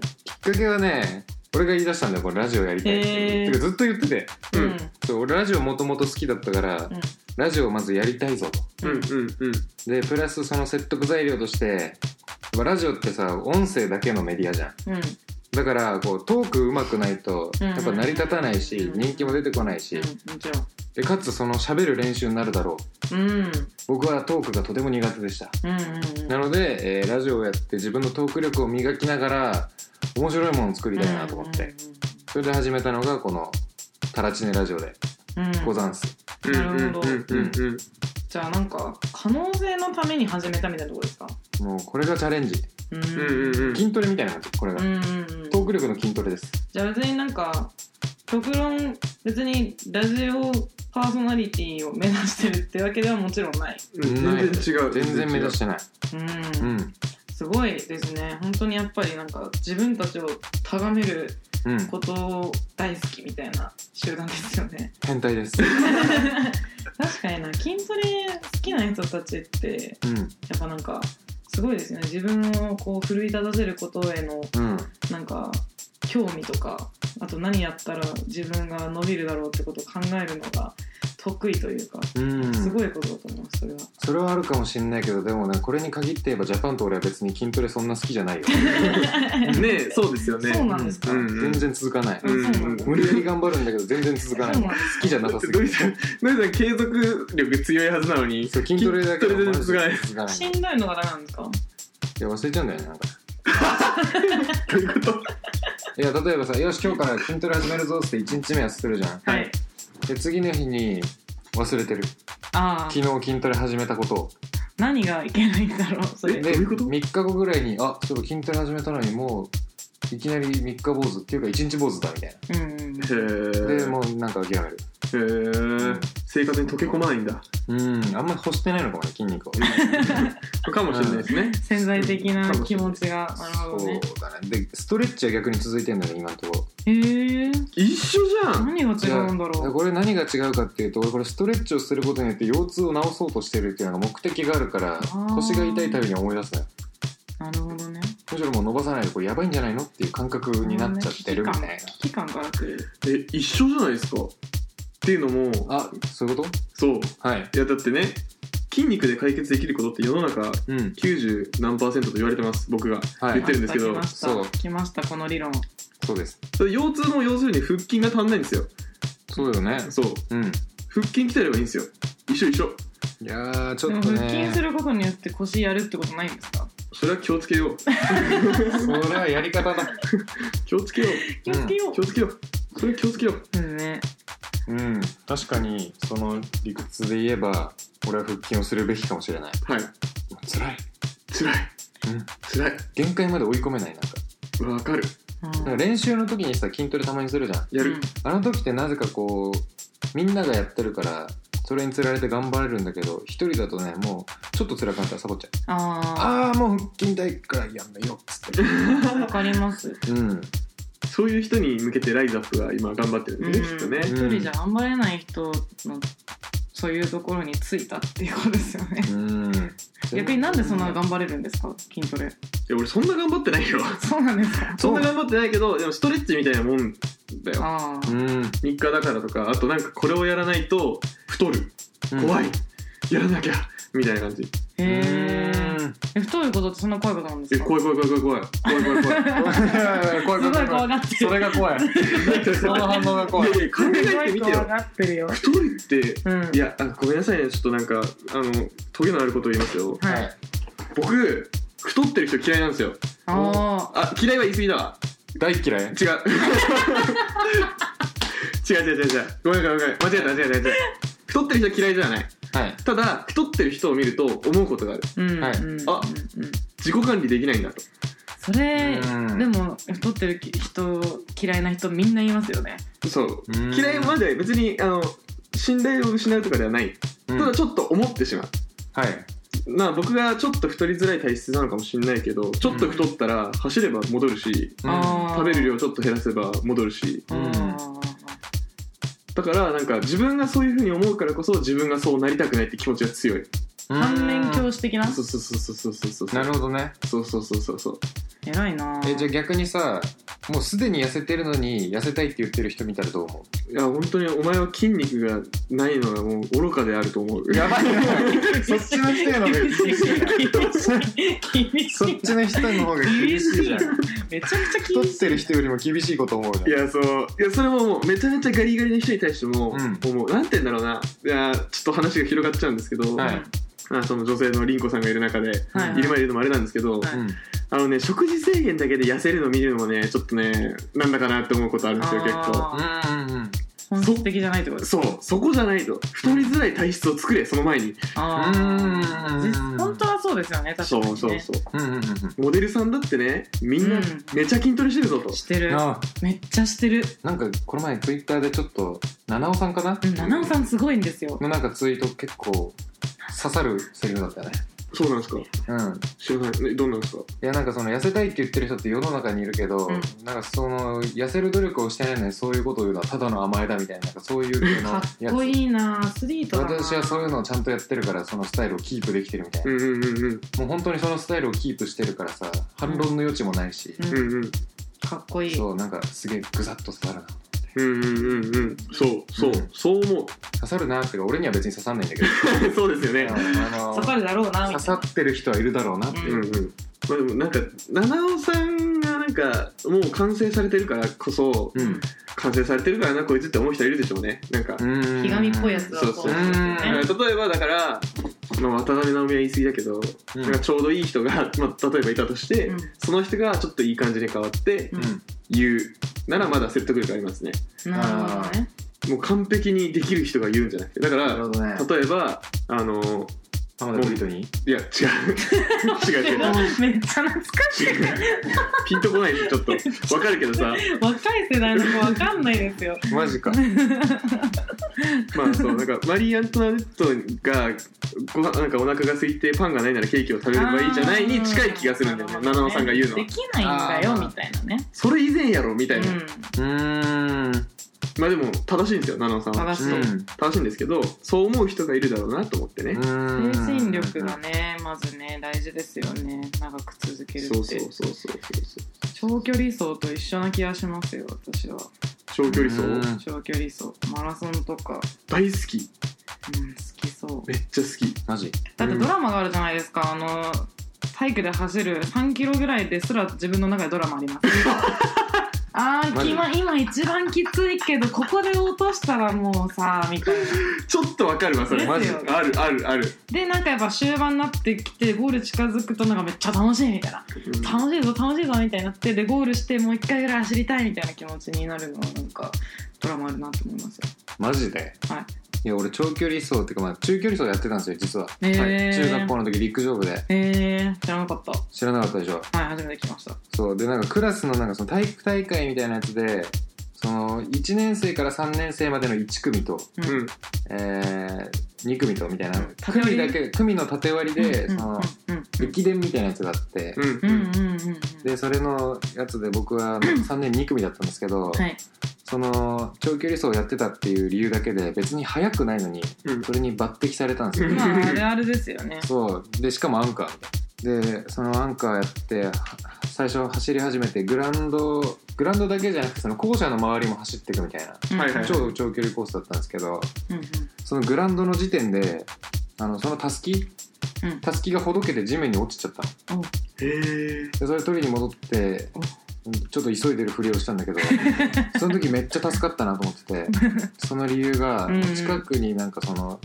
B: かけはね俺が言い出したんだよこれラジオやりたいって
C: へー
B: てかずっと言ってて
A: うん
C: うん
B: そう俺ラジオもともと好きだったからラジオをまずやりたいぞと
A: うんうんうん
B: でプラスその説得材料としてやっぱラジオってさ音声だけのメディアじゃん
C: うんうん
B: だからこうトークうまくないと
C: うん
B: やっぱ成り立たないし
C: うん
B: 人気も出てこないし
C: うんもちろん
B: でかつその喋る練習になるだろう
C: うん
B: 僕はトークがとても苦手でした
C: うんうん
B: なので、えーラジオをやって自分のトーク力を磨きながら面白いものを作りたいなと思って、それで始めたのがこの「タラチネラジオ」で
C: うんうんうん
B: ござんす、
A: うんうんうんうんうん
C: じゃあなんか可能性のために始めたみたいなところですか
B: もうこれがチャレンジ
C: うん
A: うんうんうん
B: 筋トレみたいな感じこれが、
C: うんうんうん
B: トーク力の筋トレです
C: じゃあ別になんか極論別にラジオパーソナリティを目指してるってわけではもちろんない、
A: 全然違う
B: 全然目指してない
C: うん
B: うん
C: すごいですね本当にやっぱりなんか自分たちを咎める
B: うん
C: ことを大好きみたいな集団ですよ ね
B: 変態です
C: 確かにな筋トレ好きな人たちって
B: うん
C: やっぱなんかすごいですね自分をこう奮い立たせることへの
B: うん
C: なんか興味とかあと何やったら自分が伸びるだろうってことを考えるのが得意というか、
B: うん
C: すごいことだと思う、それは。
B: それはあるかもしれないけどでもねこれに限って言えばジャパンと俺は別に筋トレそんな好きじゃないよ
A: ねそうですよね
C: そうなんですか。
A: うん
B: 全然続かない、
C: うん
A: うん
B: 無理やり頑張るんだけど全然続
C: そう
B: か
C: な
B: なんい
C: で
B: 好
C: す。
B: きじゃなさすぎ
A: ノリ
B: る
A: さんノリさん継続力強いはずなのに
B: そう筋トレだけで
A: 筋トレ
B: も
A: で続かない
B: マジで続かない
C: しんどいのがダメなんですか。
B: いや忘れちゃうんだよねなんか
A: どういうこと
B: いや例えばさ「よし今日から筋トレ始めるぞ」って1日目はするじゃん、
C: はい。
B: で次の日に忘れてる
C: ああ
B: 昨、日筋トレ始めたことを
C: 何がいけないんだろう、そ
A: え
C: れ
A: ど。う
B: で
A: いうこと
B: 3日後ぐらいにあそういえば筋トレ始めたのにもういきなり3日坊主っていうか1日坊主だみたい
C: うんうん。
A: へ
B: な
A: ー
B: でもうなんか諦める
A: へー生活に溶け込まないんだ
B: うんあんまり欲してないのかもね筋肉を
A: かもしれないですね
C: 潜在的な気持ちが。なるほど
B: そう
C: ね。
B: だねでストレッチは逆に続いてんだね今のとこ
C: へえー、
A: 一緒じゃん
C: 何が違
B: ろ
C: うんだろ
B: いうや。これ何が違うかっていうと俺これストレッチをすることによって腰痛を治そうとしてるっていうのが目的があるから
C: ー
B: 腰が痛いたびに思い出すのよ
C: なるほどね。
B: むしろもう伸ばさないとこれやばいんじゃないのっていう感覚になっちゃってるみたい
C: 危機感からくる。
A: え一緒じゃないですかっていうのも
B: なあそういうこ
A: そう
B: とはい
A: いやだってね筋肉で解決できることって世の中
B: うん
A: 90何パーセントと言われてます僕が、
B: はい
A: 言ってるんですけど
C: 来ました
B: そう
C: 来ましたこの理論。
B: そうです
A: それ腰痛も要するに腹筋が足んないんですよ
B: そうよね
A: そう
B: うん
A: 腹筋鍛えればいいんですよ一緒一緒
B: いやーち
C: で
B: ょ
C: も
B: っと
C: 腹筋す
B: ね
C: ることによって腰やるってことないんですか
A: それは気をつけよう
B: それはやり方だ
A: 気をつけよ
C: 気をつけよ
A: う気をつけようそれ気をつけよう
C: う。うんね。
B: うん確かにその理屈で言えば俺は腹筋をするべきかもしれない
A: はい
B: 辛い
A: 辛い
B: うん
A: 辛
B: 限界まで追い込めないなんか
A: いわかる
B: だから練習の時にさ筋トレたまにするじゃん
A: やる、
B: あの時ってなぜかこうみんながやってるからそれにつられて頑張れるんだけど一人だとねもうちょっと辛くなったらサボっちゃう
C: あ
B: ああーもう腹筋痛いからやめようっつっ
C: あ、わかります。
B: てうん
A: そういう人に向けてライズアップが今頑張ってる
C: うんん
A: で、きっとね、
C: 一人じゃ頑張れない人のそういうところについたっていうことですよね。
B: うん
C: 逆になんでそんな頑張れるんですか筋トレ。
A: いや俺そんな頑張ってないよ
C: そうなんですか。
A: そんな頑張ってないけどでもストレッチみたいなもんだよ
C: ああ。
B: うん
A: 日課だからとかあとなんかこれをやらないと太る怖い、やらなきゃみたいな感じ
C: へえ。え太ることってそんな怖いことなんです
A: え
C: か。
A: 怖い怖い怖い怖い怖い怖い怖い怖い
C: すごい怖
B: 怖い怖い怖い
C: がってる。
B: それが怖いその反応が怖い
A: いやいや考えてみて
C: すごい怖
A: よ
C: がってるよ。
A: 太るって
C: うん。
A: いやあごめんなさいねちょっとなんかあのトゲのあることを言いますよ
C: はい。
A: 僕太ってる人嫌いなんですよ
C: あ
A: あ嫌いは言い過ぎだわ
B: 大嫌い
A: 違う 違う違う違う違うごめんごめんごめん間違えた間違えた間違えた太ってる人は嫌いじゃない
B: はい
A: ただ太ってる人を見ると思うことがある
C: あ。うん。
B: はい
C: うん
A: あ
C: うんうん
A: 自己管理できないんだと
C: それ
B: うん
C: でも太ってる人嫌いな人みんな言いますよね
A: そう
B: うん
A: 嫌いまで別にあの信頼を失うとかではない
B: うん
A: ただちょっと思ってしまう
B: はい
A: まあ僕がちょっと太りづらい体質なのかもしれないけどちょっと太ったら走れば戻るし
B: うん
C: あー
A: 食べる量ちょっと減らせば戻るし
C: あー
B: うん
A: だからなんか自分がそういうふうに思うからこそ自分がそうなりたくないって気持ちが強い
C: 反面教師的な
A: そうそうそうそうそうそうそう
B: なるほどね
A: そうそうそうそうそう
C: 偉いな
B: えじゃあ逆にさもうすでに痩せてるのに痩せたいって言ってる人見たらどう思
A: いや本当にお前は筋肉がないのはもう愚かであると思う
B: うやばいな
C: そ
B: そっちの人の方が厳しいな
C: 厳
B: そ
C: し
B: っ
C: い
B: ちの人の方が厳しいじゃん
C: 厳めちゃくちゃ厳しい
B: 太ってる人よりも厳しいこと思うじゃん
A: いやそういやそれももうめちゃめちゃガリガリの人に対しても、
B: うん
A: もうなんて言うんだろうないやちょっと話が広がっちゃうんですけど、
B: はい
A: あその女性の凛子さんがいる中で、
C: はい
A: いる前いるのもあれなんですけ
C: はい
A: ど、
B: うん
A: あのね食事制限だけで痩せるの見るのもねちょっとねなんだかなって思うことあるんですよ結構
C: あ
B: うんうんうん
C: ー本質的じゃないってことです
A: そうそこじゃないと太りづらい体質を作れその前に
C: あ
B: う
C: あ
B: ん
C: 実本当はそうですよね確か
A: そ
C: に
A: う
C: ね
A: そうそう
B: うんうんうんうん
A: モデルさんだってねみん
C: う
A: なんめちゃ筋トレしてるぞと、
C: してる
B: あ
C: めっちゃしてる
B: なんかこの前ツイッターでちょっと七尾さんかな
C: うん七尾さんすごいんですよ
B: のなんかツイート結構刺さるセリフだったね
A: そうなんですか
B: うん
A: 知らないねどうなんですか
B: いやなんかその痩せたいって言ってる人って世の中にいるけど、
C: うん
B: なんかその痩せる努力をしてないのにそういうことを言うのはただの甘えだみたいななんかそういう系の
C: か
B: や
C: っ
B: つ
C: こいいなアスリートだな
B: 私はそういうのをちゃんとやってるからそのスタイルをキープできてるみたいな、
A: うんうんうんうん
B: もう本当にそのスタイルをキープしてるからさ反論の余地もないし、
C: うん
A: うんうん
C: かっこいい
B: そうなんかすげえぐさっと刺さるな
A: うんうんうんうんそうそう、
B: うん
A: そう思う
B: 刺さるなってか俺には別に刺さんない んだけど
A: そうですよね、
B: うんあの
C: 刺さるだろうなみ
B: 刺
C: たい
B: さってる人はいるだろうなっていう
A: うんうんまあ、でもなんか七尾さんがなんかもう完成されてるからこそ、
B: うん
A: 完成されてるからなこいつって思う人いるでしょうねなんか、
B: うん
C: なひがみっぽいやつだと思うんですよね
B: そう
A: だから例えばだから、まあ、渡辺直美は言い過ぎだけど、
B: うん
A: なんかちょうどいい人が、 まあ、例えばいたとして、
C: うん
A: その人がちょっといい感じに変わって
C: う
B: うん
A: 言うならまだ説得力ありますね
C: なるほどね
A: もう完璧にできる人が言うんじゃなくてだか
B: なるほ
A: ら
B: どね
A: 例えばあの
B: 浜田ブリトニー
A: いや違う 違う違う違
C: で
A: う
C: もめっちゃ懐かし
A: ピンとこないですちょっとわかるけどさ
C: い若い世代の子わかんないですよ
B: マジか
A: まあそうなんかマリー・アントナレットがご飯なんかお腹が空いてパンがないならケーキを食べればいいじゃないに近い気がするんだよね
C: あー
A: 七尾さんが言うの
C: で
A: は
C: きないんだよみたいなね
A: それ以前やろみた
C: う
A: いな、
B: うーん
A: まあでも正しいんですよ七尾さんは
C: 正しい
B: うん
A: 正しいんですけどそう思う人がいるだろうなと思ってね、
B: うん
C: ん精神力がねまずね大事ですよね長く続けるって
A: そうそうそうそうそう
C: 長距離走と一緒な気がしますよ私は
A: 長距離走
B: うん
C: 長距離走マラソンとか、
A: 大好き
C: うん、好きそう
A: めっちゃ好き
B: マジ
C: だってドラマがあるじゃないですか、あの体育で走る3キロぐらいですら自分の中でドラマあ りますあ
B: マ
C: ー
B: ジ
C: 今今一番きついけどここで落としたらもうさみたいな
A: ちょっとわかるわそ
C: で
A: れ
C: すよ
A: マジあるあるある、
C: でなんかやっぱ終盤になってきてゴール近づくとなんかめっちゃ楽しいみたいな
A: うん
C: 楽しいぞ楽しいぞみたいになってでゴールしてもう一回ぐらい走りたいみたいな気持ちになるのはなんかドラマあるなと思いますよ
B: マジで
C: はい
B: や俺長距離走っていうかまあ中距離走やってたんですよ実は
C: へー
B: はい中学校の時陸上部で
C: えー、知らなかった
B: 知らなかったでしょ
C: はい初めて来ました
B: そうでなんかクラスのなんかその体育大会みたいなやつでその1年生から3年生までの1組と、
A: うん
C: うん
B: えー、2組とみたいな
C: 縦割
B: 組
C: り
B: だけ組の縦割りで、
C: うん
B: その
C: うん
B: 駅伝みたいなやつがあって、
A: うん
C: うん
A: うん
C: うんうんうん
B: でそれのやつで僕は3年2組だったんですけど、
C: はい
B: その長距離走をやってたっていう理由だけで別に速くないのに
A: うん
B: それに抜擢されたんですよ、
A: うん
C: まああれあれですよね
B: そうでしかもアンカーでそのアンカーやっては最初走り始めてグラウンドグラウンドだけじゃなくてその校舎の周りも走っていくみたいな
C: うん
A: はいはい
B: 超長距離コースだったんですけど
C: うんうん
B: そのグラウンドの時点であのそのたすき
C: うん
B: たすきがほどけて地面に落ちちゃったの
A: へえ
B: でそれ取りに戻ってちょっと急いでるふりをしたんだけどその時めっちゃ助かったなと 思っててその理由が
C: うん
B: 近くになんかその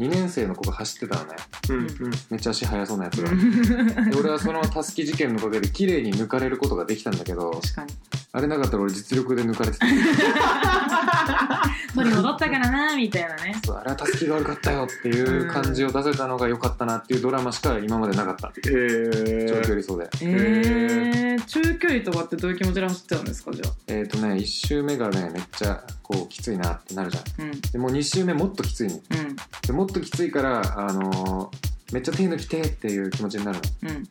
B: 2年生の子が走ってたのね
A: うんうん
B: めっちゃ足速そうなやつ
C: う
B: が。
C: ん
B: で俺はそのたすき事件のおかげで綺麗に抜かれることができたんだけど
C: 確かに
B: あれなかったら俺実力で抜かれて た
C: 取り戻ったからなみたいなね
B: そうあれはたすきが悪かったよっていう感じを出せたのが良かったなっていうドラマしか今までなかった
A: へえ
B: 長距離走で
C: え
A: へ
C: ー、中距離とかってどういう気持ちで走ってたんですかじゃあ
B: えっ、とね1周目がねめっちゃこうきついなってなるじゃん
C: うんうん
B: でもう2周目もっときついのでもっときついからあのーめっちゃ手抜きてっていう気持ちになるの
C: うん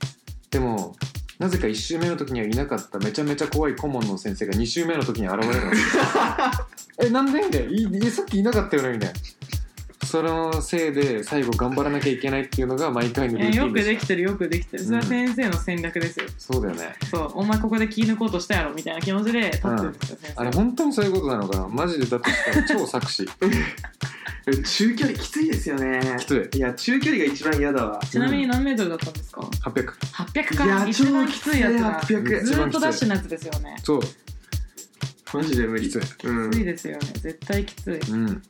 B: でもなぜか1周目の時にはいなかっためちゃめちゃ怖い顧問の先生が2周目の時に現れるの えなんでみたいないいえさっきいなかったよねみたいなそのせいで最後頑張らなきゃいけないっていうのが毎回の
C: い
B: ル
C: や
B: ーティ
C: よ
B: ン
C: く
B: で
C: で
B: し
C: きてるよくできてるそれは先生の戦略ですよ、
B: たそうだよね
C: そうお前ここで気抜こうとしたやろみたいな気持ちで立ってるんですよ、先生
B: あれ本当にそういうことなのかなマジでだとしたら超作詞
A: 中距離きついですよね
B: きつ
A: いや中距離が一番嫌だわ
C: ちなみに何メートルだったんですか
B: 800
C: 800
A: い
C: から
A: や
C: 一番きついやつが
A: 超きつい800
C: ずーっとダッシュのやつですよね
B: そう
A: マジで無理
B: きつい
A: うん
C: きついですよね絶対きつい
B: うん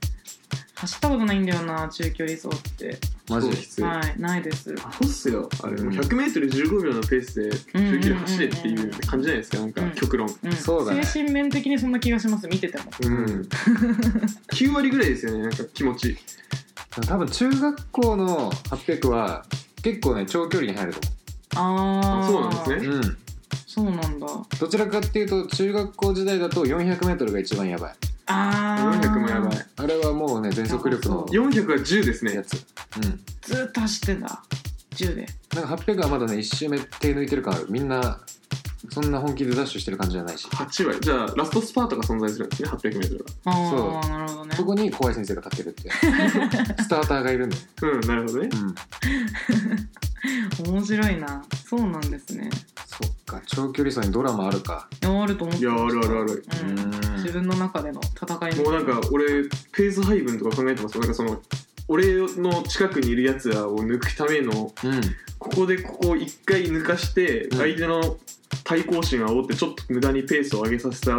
C: 走ったことないんだよな中距離走って
B: マジで
A: そう
B: きつい、
C: はいないです
A: アホっすよあれ、
B: うん
A: 100m15 秒のペースで中距離走れっていう感じじゃないですかなんか
C: うん
A: 極論
C: うん
B: そうだね
C: 精神面的にそんな気がします見てても
A: うん、
B: うん
A: 9割ぐらいですよねなんか気持ち
B: 多分中学校の800は結構ね長距離に入ると
C: ああ
A: そうなんですね
B: 思ううん
C: そうなんだ
B: どちらかっていうと中学校時代だと 400m が一番やばい
C: ああ
A: 400もやばい
B: あれはもうね全速力の
A: 400は10です
B: や
A: ね
B: つうん
C: ずーっと走ってんだ10で
B: なんか800はまだね1周目手抜いてる感あるみんなそんな本気でダッシュしてる感じじゃないし
A: 8割じゃあラストスパートが存在するんですね 800m
C: ああなるほどね
B: そこに怖い先生が立 ってるっていうスターターがいるんだよ、
A: はうんなるほどね
B: うん、
C: 面白いなそうなんですね
B: そっか長距離走にドラマあるか
C: いやあると思っ
A: い
C: て
A: や
C: ま
A: あ
C: し
A: るあ
C: た
A: るある
B: う
C: うん自
B: ん
C: 分の中での戦いの
A: もうなんか俺ペース配分とか考えてますなんかその俺の近くにいるやつらを抜くための
B: うん
A: ここでここを一回抜かして
B: うん
A: 相手の対抗心を煽ってちょっと無駄にペースを上げさせた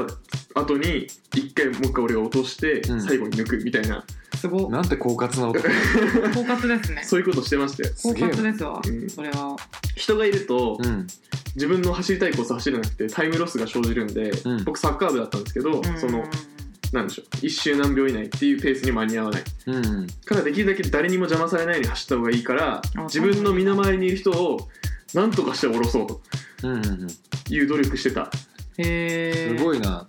A: 後に一回もう一回俺が落として
B: うん
A: 最後に抜くみたいな、
C: すごい
B: なんて狡猾な男
C: 狡猾ですね
A: そういうことしてましたよ
B: す
C: 狡
B: げえ
C: 猾ですわ
A: うん
C: それは
A: 人がいると
B: うん
A: 自分の走りたいコース走れなくてタイムロスが生じるんで、
B: うん
A: 僕サッカー部だったんですけど、
C: うん
A: そのなんでしょう一周何秒以内っていうペースに間に合わない
B: うん
A: からできるだけ誰にも邪魔されないように走った方がいいから
C: あ
A: 自分の身の回りにいる人をなんとかして下ろそうと
B: うんうんうんす
A: いう努力してた
C: へえ
B: ごいな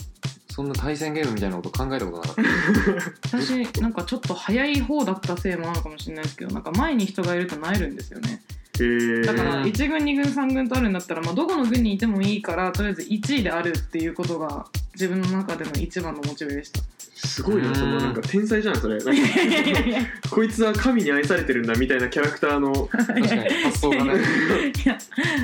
B: そんな対戦ゲームみたいなこと考えたことなかっ
C: 私なんかちょっと早い方だったせいもあるかもしれないですけどなんか前に人がいると萎えるんですよね
A: へえ
C: だか
B: う
C: ら
B: ん
C: 1軍2軍3軍とあるんだったら、まあ、どこの軍にいてもいいからとりあえず1位であるっていうことが自分の中での一番のモチベでした
A: すごいうなんそのなんか天才じゃんそれなん
C: い
A: か
C: やいや いやい
A: こいつは神に愛されてるんだみたいなキャラクターの
B: た確かに発想がね
C: や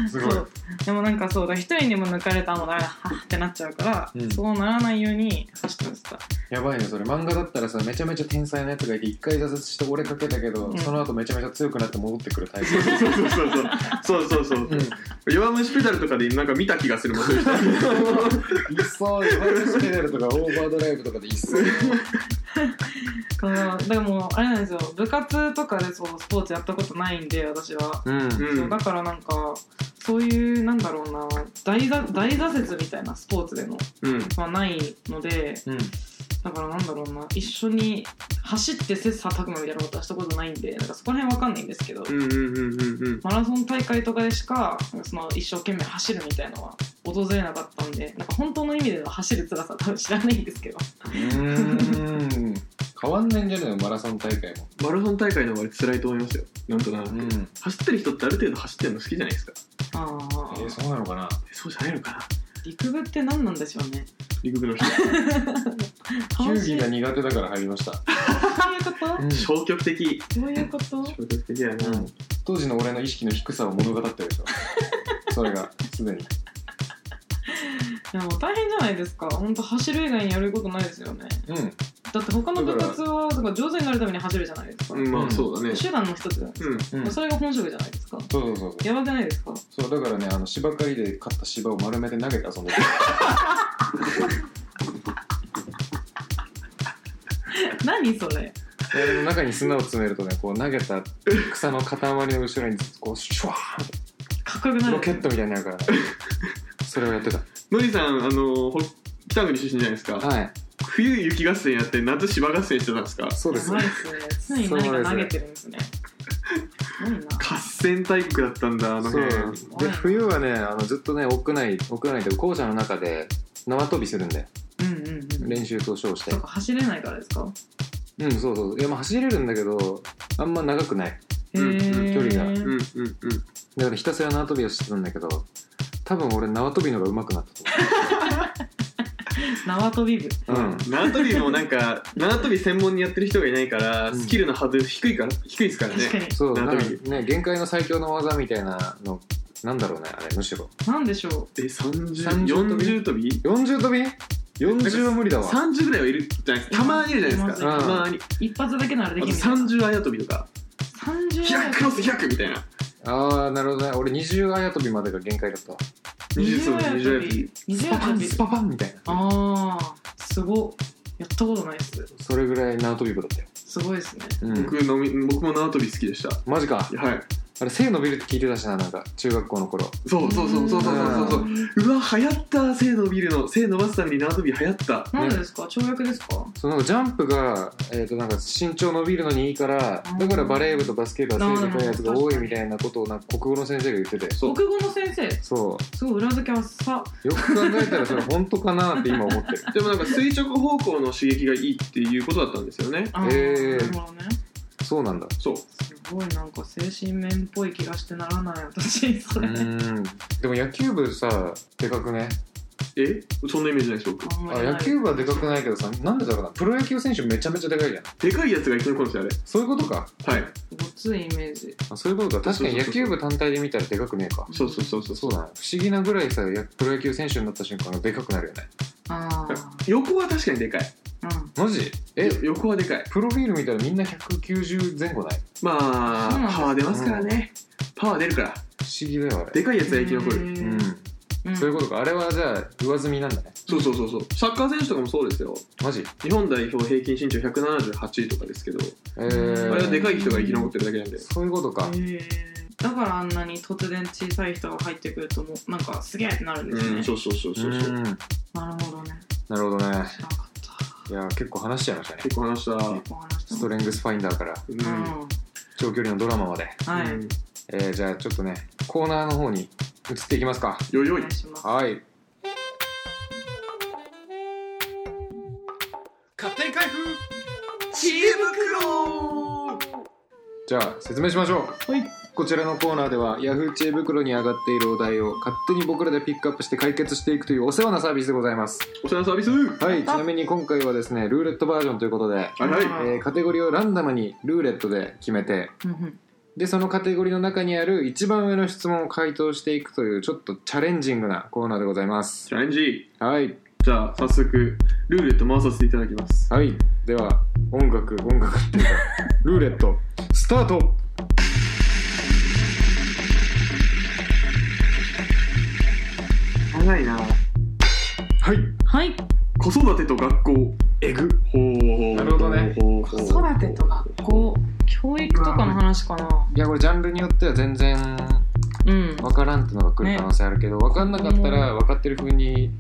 B: すごい
C: そうでもなんかそうだ一人にも抜かれたらもうダメだはっってなっちゃうから、
B: うん
C: そうならないように走ってました
B: やばいねそれ漫画だったらさめちゃめちゃ天才なやつがいて一回挫折して折れかけたけど、
C: うん
B: その後めちゃめちゃ強くなって戻ってくるタイプ
A: そうそうそうそうそうそうそ う
B: うん、い
A: 弱虫ペダルとかでなんか見た気がするもんそういう
B: っ
A: 人
B: そリバースペダルとかオーバードライブとかでいっそ
C: だからだからもうあれなんですよ部活とかでそうスポーツやったことないんで私は、
B: うんうん
A: うん
C: そうだからなんかそういうなんだろうな大挫大挫折みたいなスポーツでの
A: うん
C: はないのでだからなんだろうな一緒に走って切磋琢磨みたいなことはしたことないんでなんかそこら辺わかんないんですけど、
A: うんうんうんうんうん
C: マラソン大会とかでしかなんかその一生懸命走るみたいのは訪れなかったんでなんか本当の意味での走る辛さは多分知らないんですけど
B: うん変わんないんじゃないのマラソン大会も、
A: マラソン大会の方が辛いと思いますよなんとなく、
B: んえ
A: 走ってる人ってある程度走ってるの好きじゃないですか
C: ああ、
B: ーそうなのかな
A: そうじゃないのかな
C: 陸部って何なんでしょうね
A: 陸部の人
B: 球
C: 楽し
B: 技
C: い
B: が苦手だから入りました、
C: そういうこと、
B: うん
A: 消極的
C: そういうこと
A: 消極的だよな、
B: うん当時の俺の意識の低さを物語ってるで しょそれがすでに
C: いやもう大変じゃないですか本当走る以外にやることないですよね
B: うん
C: だって他の部活はだから上手になるために走るじゃないですか、
A: うんまあそうだね
C: 手段の一つじゃないですか、
A: うん
B: うんそう
C: それが本職じゃないですか
B: そうそうそう
C: やばくないですか
B: そうだからねあの芝刈りで買った芝を丸めて投げて遊んでた
C: 何それ
B: ボールの中に砂を詰めるとねこう投げた草の塊の後ろにこうシュワーンっ
C: かっこよくな
B: て
C: い
B: ロケットみたいになるから、それをやってた
A: のりさんあのほ北国出身じゃないですか、
B: はい
A: 冬雪合戦やって夏芝合戦してたんですか
B: そうです
C: やばいっすね常に何か投げてるんですねすごいな
A: 合戦大国だったんだあの
B: そう
A: 辺
B: で冬はねあのずっとね屋内屋内で校舎の中で縄跳びするんで
C: うんうんうん
B: 練習と称して
C: そうか走れないからですか
B: うんそうそういやまあ走れるんだけどあんま長くない
C: へ
A: うん
C: ー
B: 距離が
A: うんうんうん
B: だからひたすら縄跳びをしてたんだけど多分俺縄跳びの方が上手くなったと
C: 縄跳び部
B: 思う、うん、
A: 縄跳びもなんか 縄跳び専門にやってる人がいないから
B: うん
A: スキルのハードル低いから低いですからね
C: 確かに
B: そう
A: 縄
B: なん
A: 跳
B: か
A: び
B: ね限界の最強の技みたいなのなんだろうねあれむしろ
C: なんでしょ
A: え3040
B: 30跳び
A: 跳び
B: 40跳び ?40 は無理だわ。
A: 30ぐらいはいるじゃないですかたまにいるじゃないですか
B: うん
A: たまに
C: う一発だけなら
A: あ
C: で
A: と
C: きる
A: 30あや跳びとか
C: 三十
A: 100クロス100みたいな
B: ああ、なるほどね。俺20あや跳びまでが限界だったわ。
A: 20
C: 20
A: そう
C: や
A: 20あや跳び
C: 20
B: ス
C: や
B: パパ
C: 跳
B: ン、
C: び
B: スパパンみたいな。
C: ああすごいやったことないっす
B: それぐらい縄跳び部だったよ。
C: すごいですね
B: うん。
A: 僕のみ僕も縄跳び好きでした
B: マジか。
A: はい
B: あれ、背伸びるって聞いてたしな、なんか、中学校の頃。
A: そうそうそうそうそうそうそう
C: う
A: うわ流行った背伸びるの背伸ばすために縄跳び流行った
C: なんでですか跳躍ですか
B: そのジャンプが、えっ、と、なんか身長伸びるのにいいから
C: う、ん
B: だからバレー部とバスケ部は背高いやつが多いみたいなことを、なんか国語の先生が言ってて。
A: そう
C: 国語の先生
B: そ
C: すごい裏付けはさ
B: う。よく考えたらそれ本当かなって今思ってる。
A: でもなんか垂直方向の刺激がいいっていうことだったんですよね
C: あ
B: へ
C: ー
B: ー
C: なるほどね
B: そ うなんだ。
A: そう
C: すごいなんか精神面っぽい気 がしてならない私そうれ
B: ーん。でも野球部さ、でかくね。
A: えそんなイメージないです僕
C: あんま
B: あ
C: りない
B: 野球部はでかくないけどさなんでだろうなプロ野球選手めちゃめちゃでかいじゃん
A: でかいやつがいきなり来るんですよ
B: そういうことか
A: あれはい
C: ごついイメージ
B: あそういうことか確かに野球部単体で見たらでかくねえか
A: そうそうそうそう
B: そうだね不思議なぐらいさやプロ野球選手になった瞬間がでかくなるよね
C: あ
A: 横は確かにでかい
C: あうん
B: マジえ
A: え横はでかい
B: プロフィール見たらみんな190前後ない
A: まあ
C: そうなんだ
A: パワー出ますからね、パワー出るから
B: 不思議だよあれ
A: でかいやつが生き残る
B: う
C: へ
B: ん
C: ーうん
B: そういうことかあれはじゃあ上積みなんだね
A: そうそうそうそうサッカー選手とかもそうですよ
B: マジ
A: 日本代表平均身長178とかですけど、
B: えー
A: あれはでかい人が生き残ってるだけなんで
B: そういうこと
C: へ
B: か
C: ーだからあんなに突然小さい人が入ってくるともうなんかすげえってなるんですね、
A: うんそうそうそうそううそう、
B: ん
C: なるほどね
B: なるほどね
C: 知らなかった
B: いや結構話しちゃいましたね
A: 結構話したうん
C: お話し
B: ストレングスファインダーから
A: う
C: うん
A: ん、
B: 長距離のドラマまで、
C: はい、
B: えー、じゃあちょっとねコーナーの方に移っていきますか
A: よい
C: お
A: よい
C: 願いします
B: はい
A: 勝手に開封知恵袋
B: じゃあ説明しましょう、
A: はい
B: こちらのコーナーでは Yahoo! 知恵袋に上がっているお題を勝手に僕らでピックアップして解決していくというお世話なサービスでございます
A: お世話のサービスは
B: はいちなみに今回はですねルーレットバージョンということで、
A: いはい
B: えーカテゴリーをランダムにルーレットで決めて
C: うんうん
B: でそのカテゴリーの中にある一番上の質問を回答していくというちょっとチャレンジングなコーナーでございます
A: チャレンジ
B: はい
A: じゃあ早速ルーレット回させていただきます
B: はいでは音楽音楽っていうかルーレットスタート
A: 長いな
B: はい
C: はい
A: 子育てと学校
B: えぐ
A: ほうほう
B: なるほどね
A: 子
C: 子育てと学校教育とかの話かない
B: やこれジャンルによっては全然
C: うん
B: 分からんってのが来る可能性あるけど、分かんなかったら分かってる風に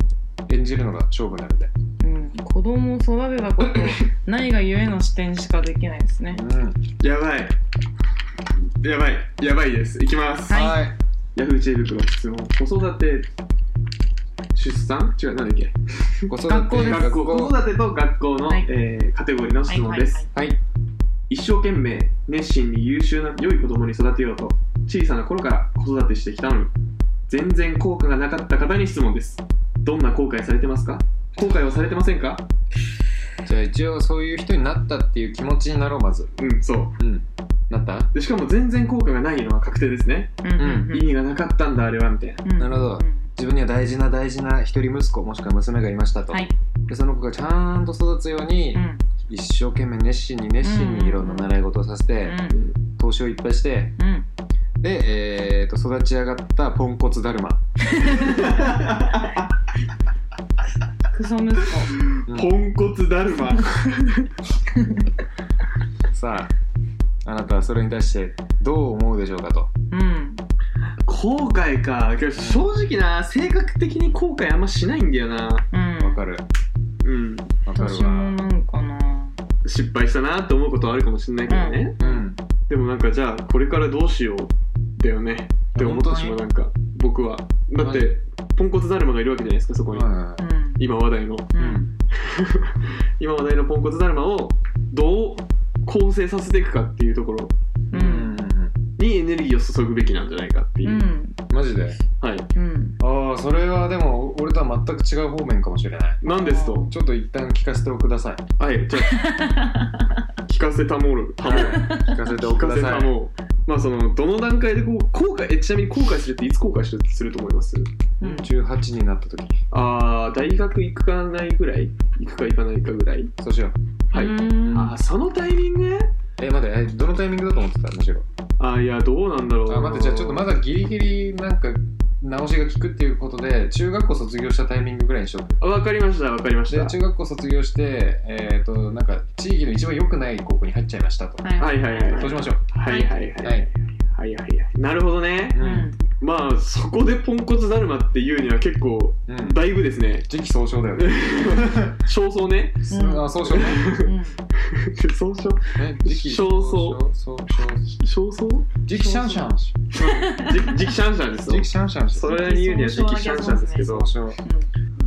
B: 演じるのが勝負なんで
C: うん、子供を育てたことないがゆえの視点しかできないですね。
B: うん
A: やばいやばいやばいですいきます
C: はい
B: はい
A: ヤフー知恵袋質問子育て出産違うなんだっけ
B: 子育て
C: 学校です
A: 学校子育てと学校の、
C: はい
A: えーカテゴリーの質問です、
C: はい
B: はい
A: 一生懸命熱心に優秀な良い子供に育てようと小さな頃から子育てしてきたのに全然効果がなかった方に質問ですどんな後悔されてますか後悔はされてませんか
B: じゃあ一応そういう人になったっていう気持ちになろうまず
A: うんそう
B: うんなった、
A: でしかも全然効果がないのは確定ですね、
C: はいうんうん
A: 意味がなかったんだあれはみたいな
C: うんうん
B: なるほど
C: うん
B: 自分には大事な大事な一人息子もしくは娘がいましたと、
C: はい
B: でその子がちゃんと育つように、
C: うん
B: 一生懸命熱心に熱心にいろんな習い事をさせて、投資をいっぱいして
C: うんうん
B: で、えー、と育ち上がったポンコツだるま
C: クソ息子
A: ポンコツだるま
B: さああなたはそれに対してどう思うでしょうかと
C: うん
A: 後悔かけど正直な性格的に後悔あんましないんだよな
C: うん
B: わかる
A: うん
B: わかる
C: 私も
B: わ
C: なんかな
A: 失敗したなって思うことはあるかもしれないけどね、
B: うん
A: でもなんかじゃあこれからどうしようだよねって思ってしま
B: 本
A: う
B: 当
A: なんか僕はだってポンコツだるまがいるわけじゃないですかそこに、
B: うん
C: うん
A: 今話題の
C: うん
A: 今話題のポンコツだるまをどう構成させていくかっていうところ
C: う
B: うんんうん
A: にエネルギーを注ぐべきなんじゃないかっていうう、
C: ん
B: マジで
A: はい
C: うん
B: ああそれはでも俺とは全く違う方面かもしれない
A: なんですと
B: ちょっと一旦聞かせておください
A: はいじゃ あ聞かせたもるたもる
B: 聞かせてお
A: 聞
B: く
A: か
B: だ
A: せ
B: さ
A: た
B: い
A: もうまあそのどの段階でこう後悔えちなみに後悔するっていつ後悔すると思います
C: うん
B: 18になった時
A: ああ大学行くかないぐらい行くか行かないかぐらい
B: そうしよう
A: はい、
C: うん
A: あーそのタイミングね
B: え待ってえどのタイミングだと思ってたむしろ
A: あーいやどうなんだろう
B: あ待ってじゃあちょっとまだギリギリなんか直しが効くっていうことで中学校卒業したタイミングぐらいにしよう
A: あわかりましたわかりまし
B: で
A: た
B: 中学校卒業して、えー、となんか地域の一番良くない高校に入っちゃいましたと、
C: はい
A: はいはいはい
B: そうしましょう、
A: はいはいはいは
B: はいい
A: はいはいなるほどね
B: う
C: うんん
A: まあそこでポンコツだるまっていうには結構
B: うん、
A: だいぶです ね
B: 時期尚早だよね
A: 少々ね
C: うん
B: あ総称ね
C: うん
A: 少々
B: ね時期
A: 尚早
B: 尚早
A: 少 々
B: 時期シャンシャン
A: じ時期シャンシャンです
B: 時
A: よ
B: 期シャンシャン
A: それに言うには時期シャンシャンですけど
B: 尚早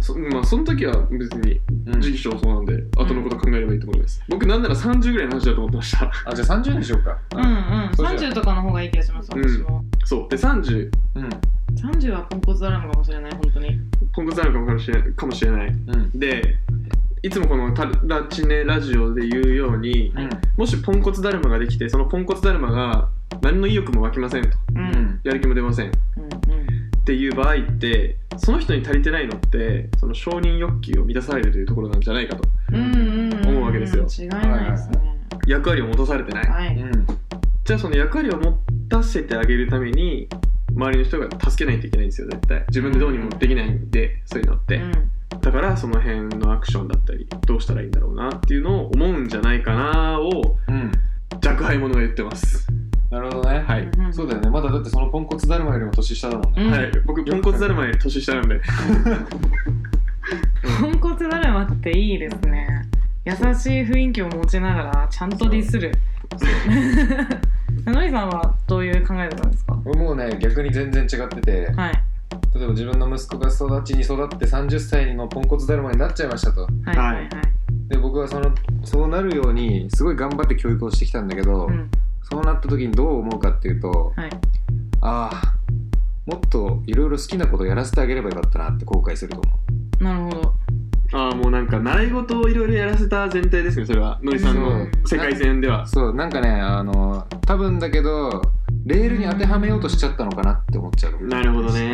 A: そまあその時は別に
B: うん
A: 時期尚早なんで後のこと考えればいいと思います僕なんなら30ぐらいの話だと思ってました
B: あじゃあ30にしようか
C: うんうん
B: そうしよ
C: 30とかの方がいい気がします
A: うん
C: 私も
A: そうで30
B: ううん
C: 30はポンコツアラームかもしれない本当に
A: ポンコツなのかもしれないかもしれない
B: うん
A: でいつもこのタラチネラジオで言うように
B: うん
A: もしポンコツだるまができてそのポンコツだるまが何の意欲も湧きませんと
C: う
B: うんん
A: やる気も出ませんっ
C: うんうん
A: ていう場合ってその人に足りてないのってその承認欲求を満たされるというところなんじゃないかと
C: うんうん
A: 思うわけですよ
C: 違いないですね
A: 役割を持たされてない
C: はい
B: うん
A: じゃあその役割を持たせてあげるために周りの人が助けないといけないんですよ絶対自分でどうにもできないんでそういうのって、
C: うん
A: だからその辺のアクションだったりどうしたらいいんだろうなっていうのを思うんじゃないかなを
B: うん
A: 若輩者が言ってます
B: なるほどね
A: は
C: う
A: い、
C: んうん
B: そうだよねまだだってそのポンコツだるまよりも年下だもんね
C: うん
A: はい、僕ポンコツだるまより年下なんで
C: ポンコツだるまっていいですね優しい雰囲気を持ちながらちゃんとディスるのりさんはどういう考えだったんですか
B: 俺もうね逆に全然違ってて
C: はい
B: 例えば自分の息子が育ちに育って30歳のポンコツだるまになっちゃいましたと
C: はいはいはい
B: で僕はそのそうなるようにすごい頑張って教育をしてきたんだけど、
C: うん
B: そうなった時にどう思うかっていうと、
C: はい
B: ああもっといろいろ好きなことをやらせてあげればよかったなって後悔すると思
C: なるほど
A: ああもうなんか習い事をいろいろやらせた全体ですねそれはのりさんの世界線では
B: うそうなんかねあの多分だけどレールに当てはめようとしちゃったのかなって思っちゃう、で
A: なるほどね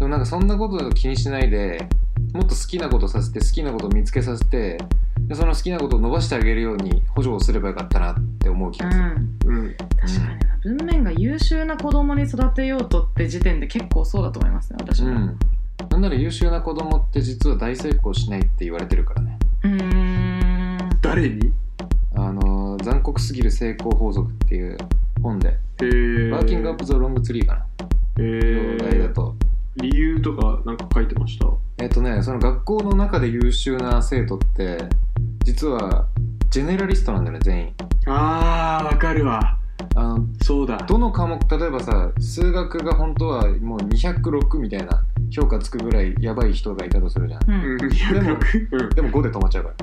B: もなんかそんなことを気にしないでもっと好きなことさせて好きなことを見つけさせてでその好きなことを伸ばしてあげるように補助をすればよかったなって思う気
C: う
B: がする、
C: ん
A: うん
C: 確かにな文面が優秀な子供に育てようとって時点で結構そうだと思いますね私
B: う
C: は、
B: ん、なんなら優秀な子供って実は大成功しないって言われてるからね
C: うーん
A: 誰に
B: あのー残酷すぎる成功法則っていう本で「
A: えー
B: ワーキングアップ・ザ・ロング・ツリー」かな
A: え
B: の題だ
A: ー、
B: と
A: 理由とかなんか書いてました
B: えっとねその学校の中で優秀な生徒って実はジェネラリストなんだよね全員
A: あーわかるわ
B: あの
A: そうだ
B: どの科目例えばさ数学が本当はもう206みたいな評価つくぐらいやばい人がいたとするじゃん
C: う
A: うんん206
B: も
A: うん
B: でも5で止まっちゃうから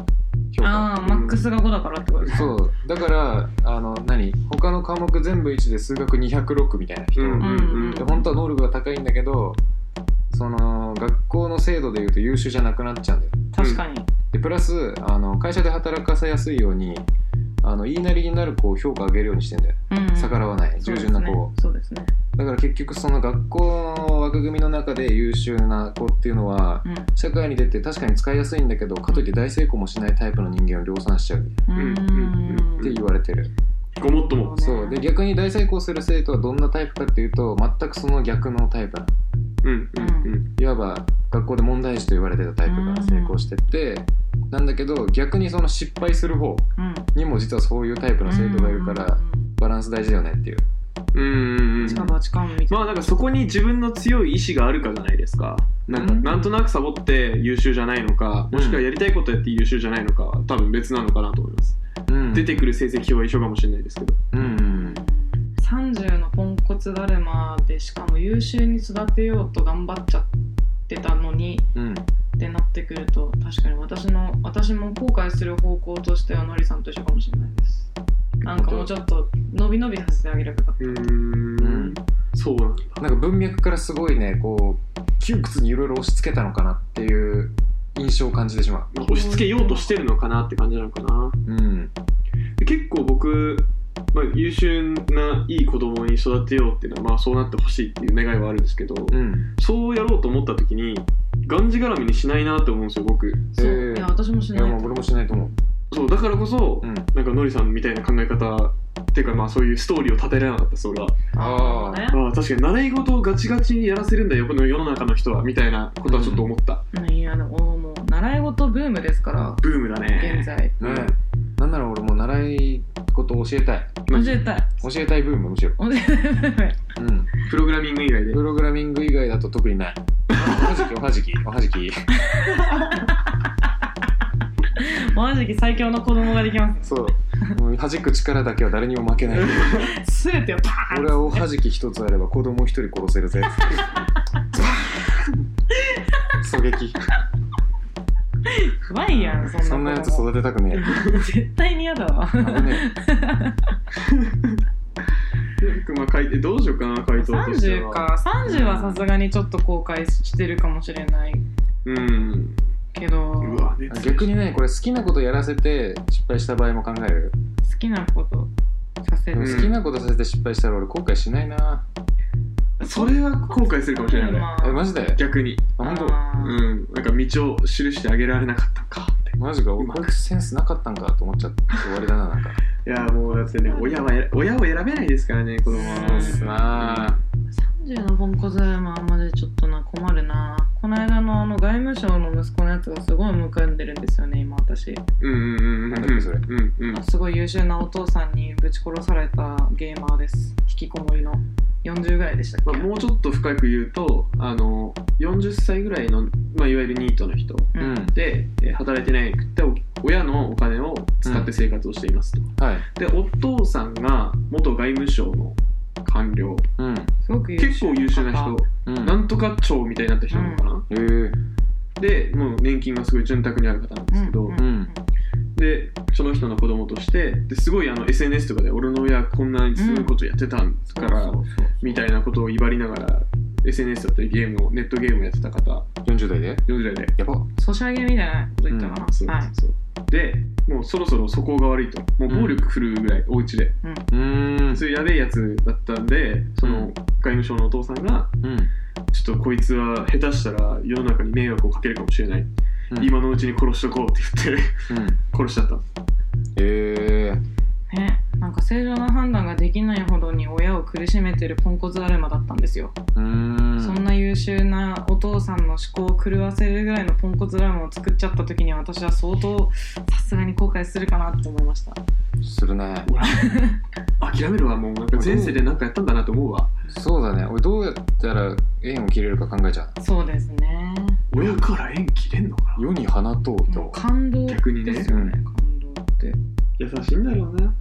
B: 評価
C: ああマックスが5だからってことです
B: そうだからあの何他の科目全部1で数学206みたいな人、
A: うんうんうん
B: で本当は能力が高いんだけどその学校の制度でいうと優秀じゃなくなっちゃうんだよ
C: 確かに、
B: でプラスあの会社で働かせやすいようにあの言いなりになる子を評価上げるようにしてんだよ
C: うんうん、
B: 逆らわない従順な子を、
C: そうですね
B: だから結局その学校の枠組みの中で優秀な子っていうのは
C: そうですね
B: 社会に出て確かに使いやすいんだけどかといって大成功もしないタイプの人間を量産しちゃうっ
C: うん
A: うんうん
B: て言われてる、
A: ごもっとも
B: そうで逆に大成功する生徒はどんなタイプかっていうと全くその逆のタイプなの
A: うんうん
B: いわば学校で問題児と言われてたタイプが成功してって、なんだけど逆にその失敗する方
C: うん
B: にも実はそういうタイプの生徒がいるからバランス大事だよねっていう
A: うんうんうんうん
C: 近場近場みたい
A: まあなんかそこに自分の強い意志があるかじゃないですかなんか
C: うん
A: なんとなくサボって優秀じゃないのかもしくはやりたいことやって優秀じゃないのかは多分別なのかなと思います、出てくる成績表は一緒かもしれないですけど
B: うんう
C: な、
B: ん
C: 30のポンコツだるまでしかも優秀に育てようと頑張っちゃってたのに
B: うん
C: ってなってくると確かに私の私も後悔する方向としてはのりさんと一緒かもしれないですなんかもうちょっと伸び伸びさせてあげればよかっ
A: うー
B: うん
A: んそうなんだ
B: なんか文脈からすごいねこう窮屈にいろいろ押し付けたのかなっていう印象を感じてしま
A: まあ押し付けようとしてるのかなって感じなのかな
B: ううん
A: で結構僕、まあ、優秀ないい子供に育てようっていうのは、まあ、そうなってほしいっていう願いはあるんですけど、
B: うん
A: そうやろうと思った時にがんじがらみにしないなって思うんですよ僕
C: たそう、
B: えー
C: いや私もし
B: い
C: ない
B: やまあ俺もしないと思う
A: そうだからこそ、
B: うん
A: なんかのりさんみたいな考え方っていうかまあそういうストーリーを立てられなかったそれは
B: あ
C: ね
A: あー確かに習い事をガチガチにやらせるんだよこの世の中の人はみたいなことはちょっと思った、
C: うんいやでももう習い事ブームですから
A: ブームだね
C: 現在
A: うん
B: ねなんなら俺もう習い事を教えたい
C: 教えたい
B: 教えたいブームむしろ
C: 教えたい
B: うん
A: プログラミング以外で
B: プログラミング以外だと特にない。おはじき、おはじき、おはじき。
C: マジで最強の子供ができま
B: そう。もうはじく力だけは誰にも負けない。
C: す全てをパーン
B: 俺はおはじき一つあれば子供一人殺 せるぜ。狙撃。
C: うまいやんそんな子供
B: そんなやつ育てたくね
C: 絶対に嫌だわ
B: え。危ね
A: で僕まあ回答どうしようかな回答として
C: 30
A: は
C: か30はさすがにちょっと後悔してるかもしれない
A: うん
C: けど
A: う
C: 好
A: わ熱
B: 逆にねこれ好きなことやらせて失敗した場合も考える
C: きなことさせ
B: でも
C: る、
B: 好きなことさせて失敗したら俺後悔しないな、
A: それは後悔するかもしれない、ね
C: まあ
B: えマジで
A: 逆に
B: あ本当
C: あー
A: うんなんか道を記してあげられなかったかって
B: マジか
A: う
B: 俺
A: ま
B: こ
A: く
B: いつセンスなかったんかと思っちゃって終わりだななんか
A: いやもうだってね親はえ親を選べないですからね子
C: そ
A: 供
C: うっ
A: は
C: す
B: なあ
C: 30のポンコツもあんまでちょっとな困るなこの間のあの外務省の息子のやつがすごいむくんでるんですよね今私
A: うんうんうんうん
B: なんだっけそれ
A: うんうん
C: すごい優秀なお父さんにぶち殺されたゲーマーです引きこもりの40ぐらいでしたっけ、
A: まあ、もうちょっと深く言うとあの40歳ぐらいの、まあ、いわゆるニートの人
C: う
B: うんん
A: で、えー働いてないくてお親のお金を使って生活をしていますと、
B: はい
A: でお父さんが元外務省の官僚
B: うん
C: すごく優秀
A: 結構優秀な人、
B: うん
A: なんとか長みたいになった人なのかな、
B: えー、
A: でもう年金がすごい潤沢にある方なんですけど、
C: うん
B: うん
A: でその人の子供としてですごいあの SNS とかで俺の親こんなにすごいことやってたんだから、
C: そうそう
A: みたいなことを威張りながら SNS だったりゲームをネットゲームをやってた方
B: 40代で
A: 40代で
B: やばっ
C: ソシャゲみたいなこと言ったかな、
A: そう
C: はい
A: そうでもうそろそろ素行が悪いともう暴力振るうぐらい、お家で
B: うーん
A: そういうやべえやつだったんでその、
B: うん
A: 外務省のお父さんが
B: うん
A: ちょっとこいつは下手したら世の中に迷惑をかけるかもしれない、
B: うん
A: 今のうちに殺しとこうって言って
B: うん
A: 殺しちゃった
B: えー、
C: ねなんか正常な判断ができないほどに親を苦しめてるポンコツアルマだったんですよ、
B: うーん
C: そんな優秀なお父さんの思考を狂わせるぐらいのポンコツアルマを作っちゃった時には私は相当さすがに後悔するかなって思いました
B: するね
A: 諦めるわもうなんか前世でなんかやったんだなと思うわ
B: そうだね俺どうやったら縁を切れるか考えちゃう
C: そうですね
A: 親から縁切れんのかな
B: 世に放とう
C: もう
B: と
C: 感動です
A: 逆
C: よ
A: に
C: ね
A: ね
C: 感動って
A: 優しいんだろうな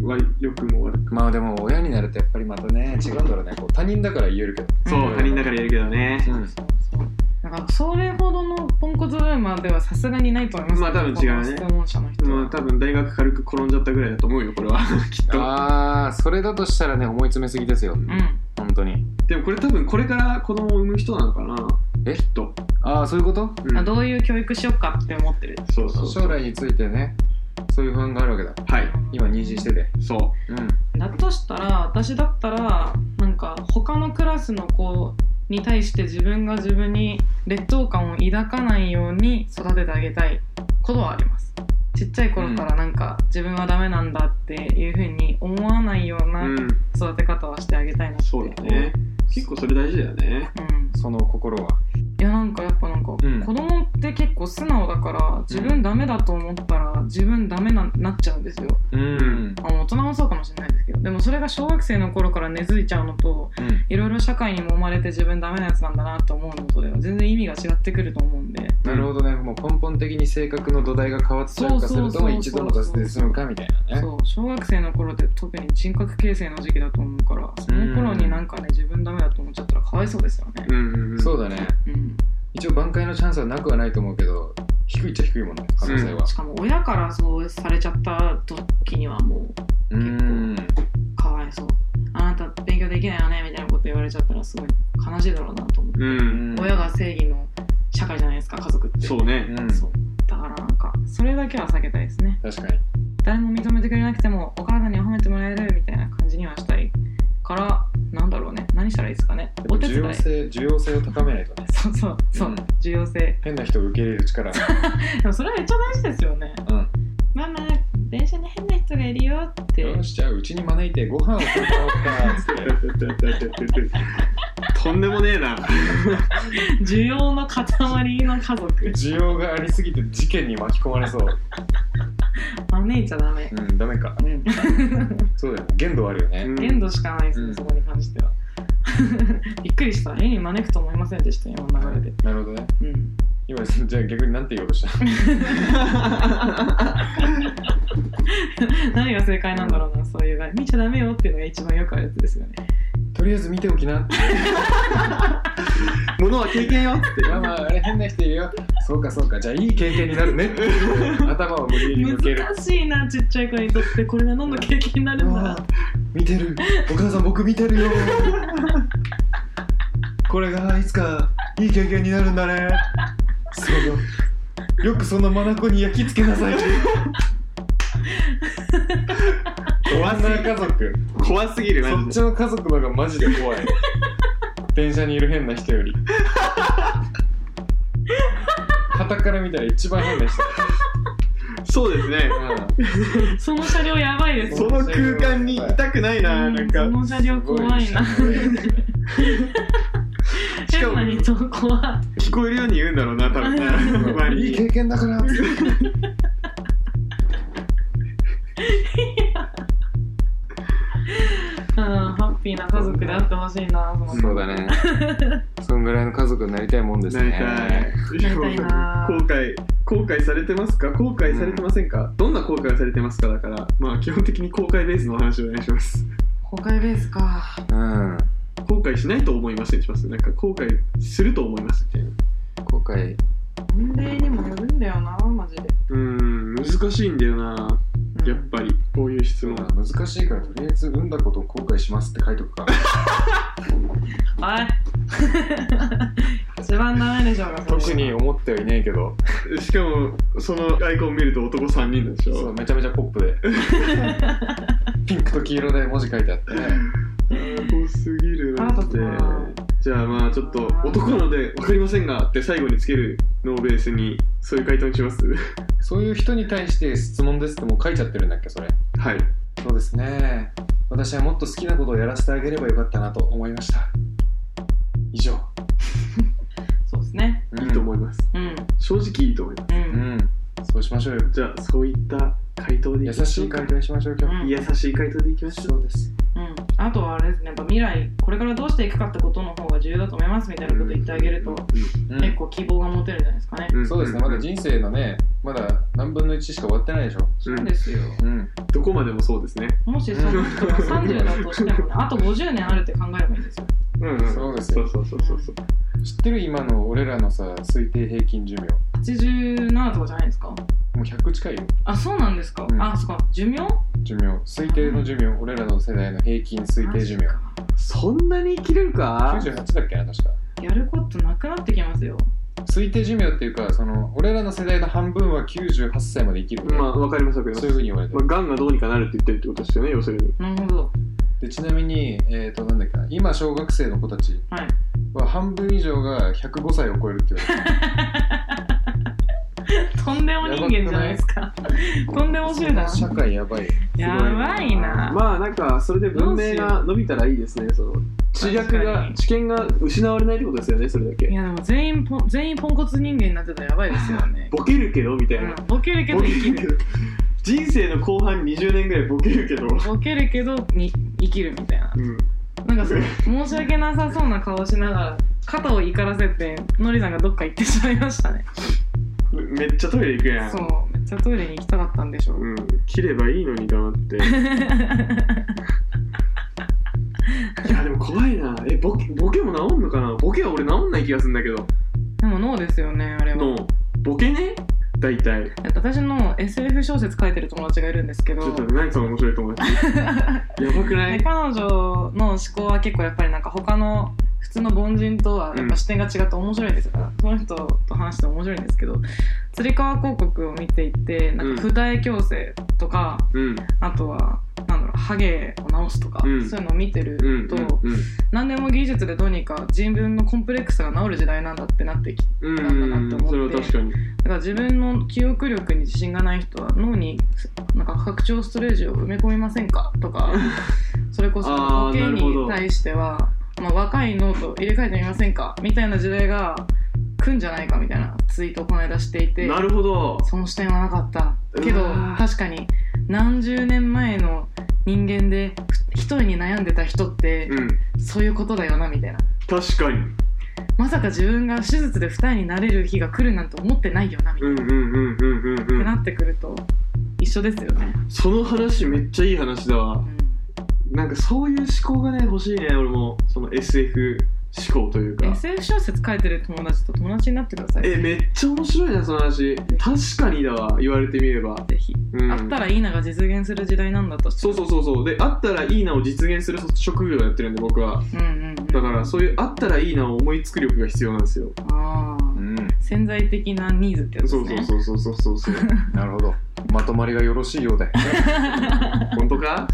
A: わ良くも悪くも
B: まあでも親になるとやっぱりまたね違うんだろうねこう他人だから言えるけど
A: そう、
C: ん
A: 他人だから言えるけどね、
B: う
C: そ
B: ん
C: うそうそうだからそれほどのポンコツアルマではさすがにないと思います
A: まあ多分違うね
C: この質問者の人は
A: まあ多分大学軽く転んじゃったぐらいだと思うよこれは きっと
B: ああそれだとしたらね思い詰めすぎですよ
C: うん
B: 本当に
A: でもこれ多分これから子供を産む人なのかな
B: え
A: きっと、
B: ああそういうこと
A: うん
C: あどういう教育しようかって思ってる
A: そうそうそう
B: 将来についてねそういう不安があるわけだ
A: はい
B: 今妊娠してて
A: そ
B: うん
C: だとしたら私だったらなんか他のクラスの子に対して自分が自分に劣等感を抱かないように育ててあげたいことはありますちっちゃい頃からなんか自分はダメなんだっていうふうに思わないよう
A: うう
C: なん育て方はしてあげたいなって
A: そうだね結構それ大事だよね
C: うん
B: その心はい
C: やなんかやっぱなんか、
B: うん
C: 子供って結構素直だから自分ダメだと思ったら自分ダメななっちゃうんですよ
B: うん
A: ん
C: あ大人もそうかもしれないですけどでもそれが小学生の頃から根付いちゃうのと
B: うん
C: いろいろ社会に揉まれて自分ダメなやつなんだなと思うのとでは全然意味が違ってくると思うんで
B: なるほどねもう根本的に性格の土台が変わったりとかする
C: そうそうそう
B: と
C: そう
B: 一度の挫折で済むかみたいなね
C: そう小学生の頃って特に人格形成の時期だと思うからその頃になんかね自分ダメだと思っちゃったらかわいそうですよね
A: うんうんうん
B: そうだね
C: うん
B: 一応挽回のチャンスはなくはないと思うけど低いっちゃ低いもんね可能性は
C: しかも親からそうされちゃった時にはもう
B: うん
C: かわいそうあなた勉強できないよねみたいなこと言われちゃったらすごい悲しいだろうなと思って、
A: うん、
B: う ん
C: 親が正義の社会じゃないですか家族って
A: そうね
B: うん
C: そうだからなんかそれだけは避けたいですね
B: 確かに
C: 誰も認めてくれなくてもお母さんには褒めてもらえるみたいな感じにはしたいからなんだろうね何したらいいですかね
B: でも
C: お手
B: 重
C: 伝い
B: 要性需要性を高めないとね
C: そうそうそう、
B: うん
C: 重要性
B: 変な人を受け入れる力
C: でもそれはめっちゃ大事ですよね
B: うん
C: ママ電車に変な人がいるよって
B: よしじゃあうちに招いてご飯を食べたおうかつって
A: とんでもねえな
C: 需要の塊の家 族
B: 需要がありすぎて事件に巻き込まれそう
C: 招いちゃダメ
B: うんダメか
C: うん
B: そうだよね限度あるよね
C: 限度しかないですね、
B: うん
C: そこに関しては びっくりした絵に招くと思いませんでした今の流れで、
B: なるほどね
C: うん、
B: 今じゃあ逆になんて言おうとした
C: 何が正解なんだろうなそういう場合見ちゃダメよっていうのが一番よくあるやつですよね
B: とりあえず見ておきなって
A: ものは経験よって
B: ママあれ変な人いるよそうかそうかじゃあいい経験になる ねって頭を無理やり向ける
C: 難しいなちっちゃい子にとってこれが何の経験になるんだ
B: う
C: な
B: わ見てるお母さん僕見てるよこれがいつかいい経験になるんだねそうよくその眼に焼き付けなさい
A: 怖すぎる
B: 家族
A: 怖すぎる
B: そ
A: マ
B: っち
A: ジで
B: の家族の方がマジで怖い電車にいる変な人 より傍から見たら一番変な人、
A: そうですね
B: う
C: その車両やばいです
A: そ
C: よ
A: の空間にいたくないな、
C: うん
A: なん
C: そ
A: か
C: の車両
B: ん、
C: 怖いな
B: すごいね
A: し か
C: 変
A: も
C: な人怖い
A: 聞こえるように言うんだろうな多分な
B: い
A: 周り
B: い
A: に
B: 経験だからって
C: うんハッピーな家族であってほしいなその
B: そうだ ねそんぐらいの家族になりたいもんです
A: なりた
B: ね
A: い
C: なりたいな
A: 後悔後悔されてますか後悔されてませんか、どんな後悔をされてますかだからまあ基本的に後悔ベースのお話をお願いします
C: 公開ベースか
B: うん
A: 後悔しないと思いましたにしますなんか後悔すると思いましたみたいな
B: 後悔
C: 年齢にもよるんだよなマジで
A: うーん難しいんだよな
C: うん
A: やっぱりこういう質問
B: 難しいからとりあえず産んだことを後悔しますって書いとくか
C: はい 一番ダメでしょうがそれ
B: 特に思ってはいないけど
A: しかもそのアイコン見ると男3人でし
B: そう
A: ょ
B: めちゃめちゃポッ プでピンクと黄色で文字書いてあってね
A: あー怖すぎる
C: 腹
A: マ
C: 立
A: ジ
C: つ
A: で
C: な
A: じゃあまあちょっと男なので分かりませんがって最後につけるのをベースにそういう回答にします
B: そういう人に対して質問ですってもう書いちゃってるんだっけそれ
A: はい
B: そうですね私はもっと好きなことをやらせてあげればよかったなと思いました以上
C: そうですね
A: いいと思
B: う
A: います、
C: うん
A: 正直いいと思います
C: う
B: うんんそうしましょうよ
A: じゃあそういった回答で
B: 優
A: きま
B: し
A: ょ
B: いう
A: か
B: 回答にしましょう今日、
C: うん
A: 優しい回答でいきましょ
B: そうです
C: うん、あとはあれですねやっぱ未来これからどうしていくかってことの方が重要だと思いますみたいなこと言ってあげると、
B: うん
C: 結構希望が持てるんじゃないですかね、
A: う、ん
B: そうですねまだ人生のねまだ何分の1しか終わってないでしょ
C: そうですよ
B: うん
A: どこまでもそうですね
C: もしその人が30だとしても ねあと50年あるって考えればいいですよ
A: うん、
B: そうですよ
A: そうそうそうそう
B: 知ってる今の俺らのさ推定平均寿命
C: 87とかじゃないですか
B: もう100近いよ
C: あそうなんですか、
B: うん
C: あそっか寿命
B: 寿命推定の寿命俺らの世代の平均推定寿命
C: マジか
A: そんなに生きれるか
B: 98だっけな確か
C: やることなくなってきますよ
B: 推定寿命っていうかその俺らの世代の半分は98歳まで生きるみたい
A: ま
B: な
A: あわかりますわかりま
B: そう
A: す
B: いうふうに言われて
A: まあ、
B: る
A: がんがどうにかなるって言ってるってことですよね要するに
C: なるほど
B: でちなみに、えー、となんだっけな今小学生の子たち
C: はい
B: は半分以上が105歳を超えるって言われて
C: とんでも人間じゃないですか とんでも集団
B: る社会やばいよ
C: やばいな
A: まあなんかそれで文明が伸びたらいいですねその知略
C: 確か
A: が
C: に
A: 知見が失われないってことですよねそれだ
C: い
A: け
C: やでも全員ポン全員ポンコツ人間になってたらやばいですよね
A: ボケるけどみたいな、
C: うんボケるけど生きる
A: 人生の後半20年ぐらいボケるけど
C: ボケるけどに生きるみたいな
A: うん
C: なんかその申し訳なさそうな顔しながら肩を怒らせてのりさんがどっか行ってしまいましたね
A: めっちゃトイレ行くやん
C: そうめっちゃトイレに行きたかったんでしょう
A: うん切ればいいのに黙って いやでも怖いなえボケボケも治んのかなボケは俺治んない気がするんだけど
C: でも脳ですよねあれは
A: のボケね大体
C: だって私の SF 小説書いてる友達がいるんですけど
A: ちょっと何その面白いと 思達やばくな
C: で
A: い
C: 彼女の思考は結構やっぱりなんか他の普通の凡人とはやっぱ視点が違って面白いんですよ、その人と話しても面白いんですけどつり革広告を見ていてなんか
A: うん
C: 不大矯正とか、
A: うん
C: あとはなんだろうハゲを直すとか、
A: うん
C: そういうのを見てると、
A: うん
C: 何でも技術でどうにか自分のコンプレックスが治る時代なんだってなってきて
A: うん
C: な
A: うん
C: んだなって
A: うん
C: 思って
A: それは確かに
C: だから自分の記憶力に自信がない人は脳になんか拡張ストレージを埋め込みませんかと かそれこそ
A: あー
C: ボケ
A: なるほど
C: に対しては、まあ、若い脳と入れ替えてみませんかみたいな時代が来んじゃないかみたいなツイートをこの間していて
A: なるほど
C: その視点はなかったけ
A: う
C: ど
A: わー
C: 確かに何十年前の人間でふ一人に悩んでた人って
A: うん
C: そういうことだよなみたいな
A: 確かに
C: まさか自分が手術で二重になれる日が来るなんて思ってないよなみた
A: う
C: い
A: ん
C: な、
A: う
C: っ
A: んうんうんう
C: て
A: んう
C: なんってくると一緒ですよね、
A: その話めっちゃいい話だわ
C: うん
A: なんかそういう思考がね欲しいね俺もその SF 思考というか
C: SF 小説書いてる友達と友達になってください
A: えめっちゃ面白いなその話確かにだわ言われてみれば、
C: ぜひ、
B: うん
C: あったらいいなが実現する時代なんだと
A: そうそうそうそうであったらいいなを実現する職業をやってるんで僕は
C: うんうん、うん、
A: だからそういうあったらいいなを思いつく力が必要なんですよ
C: ああ、
B: うん
C: 潜在的なニーズってやつ
A: そ
C: です
A: うそう
C: ね
A: そうそうそうそうそう
B: なるほどまとまりがよろしいようです
A: 本当か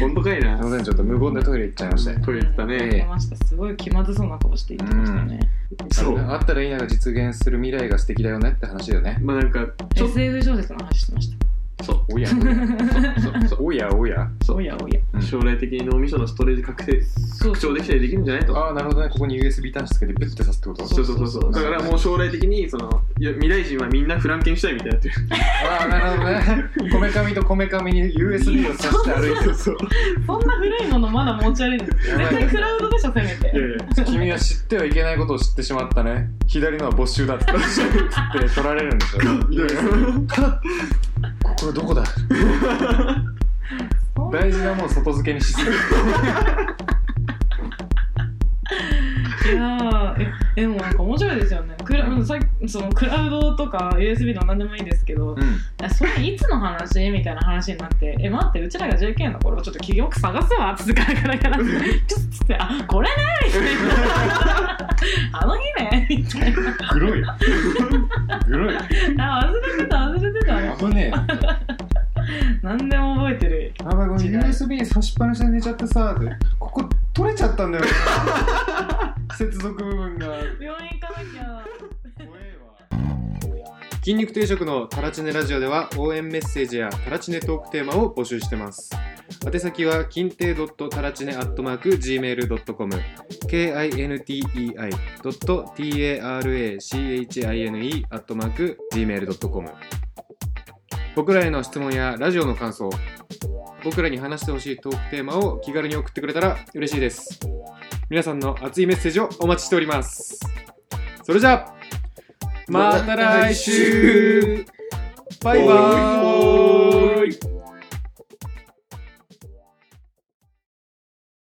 A: 本当かいない
B: ませんちょっと無言でトイレ行っちゃいまして
A: トイレ行った
C: 言
A: ね
C: ってましたすごい気まずそうな顔して言ってましたね、
A: そう
B: あったらいいなが実現する未来が素敵だよねって話だよね
A: まあなんかちょっ
C: SF 小説の話してました
A: とそう
B: おや
A: そうそう
B: おやおや
A: そう
C: おやおや
B: うん
A: 将来的に脳みそのストレージ確 定
C: そう
A: 拡張できたりできるんじゃないと
B: ああなるほどねここに USB 端子つけてブッて刺すってこと
A: そうそうそうそうだからもう将来的にそのいや未来人はみんなフランケンシュタインみたいになってる
B: ああなるほどねこめかみとこめかみに USB を刺して歩いてる
C: そんな古いものまだ持ち歩いてる
B: やばい
C: クラウドでしょせめて
A: いやいや
B: 君は知ってはいけないことを知ってしまったね左のは没収だってつって取られるんでしょ
A: いやいや
B: ここれどこだ
C: そんな
B: 大事なもん外付けにしすぎる
C: いやーえでもなんか面白いですよねクラ,、うん、さっきそのクラウドとか USB とか何でもいいですけど、
B: う
C: えそれいつの話みたいな話になって「え待ってうちらが JK の頃ちょっと記憶探すわ」っ つってガラガラガラってちょっつって「あこれね」みたいな「あの日ね」 みたいな「
B: んグロいグロい
C: あ忘れてた忘れてた
B: 危ねえ」
C: 何でも覚えてる
B: あばごめん
C: 違う
B: USB 差しっぱなしで寝ちゃってさここ取れちゃったんだよ 接続部分が
C: 病院行かなきゃ。
B: 筋肉定食のタラチネラジオでは応援メッセージやタラチネトークテーマを募集してます宛先は金亭タラチネ gmail.com kintei.tarachine gmail.com 僕らへの質問やラジオの感想僕らに話してほしいトークテーマを気軽に送ってくれたら嬉しいです皆さんの熱いメッセージをお待ちしておりますそれじゃあまた来週バイバーイ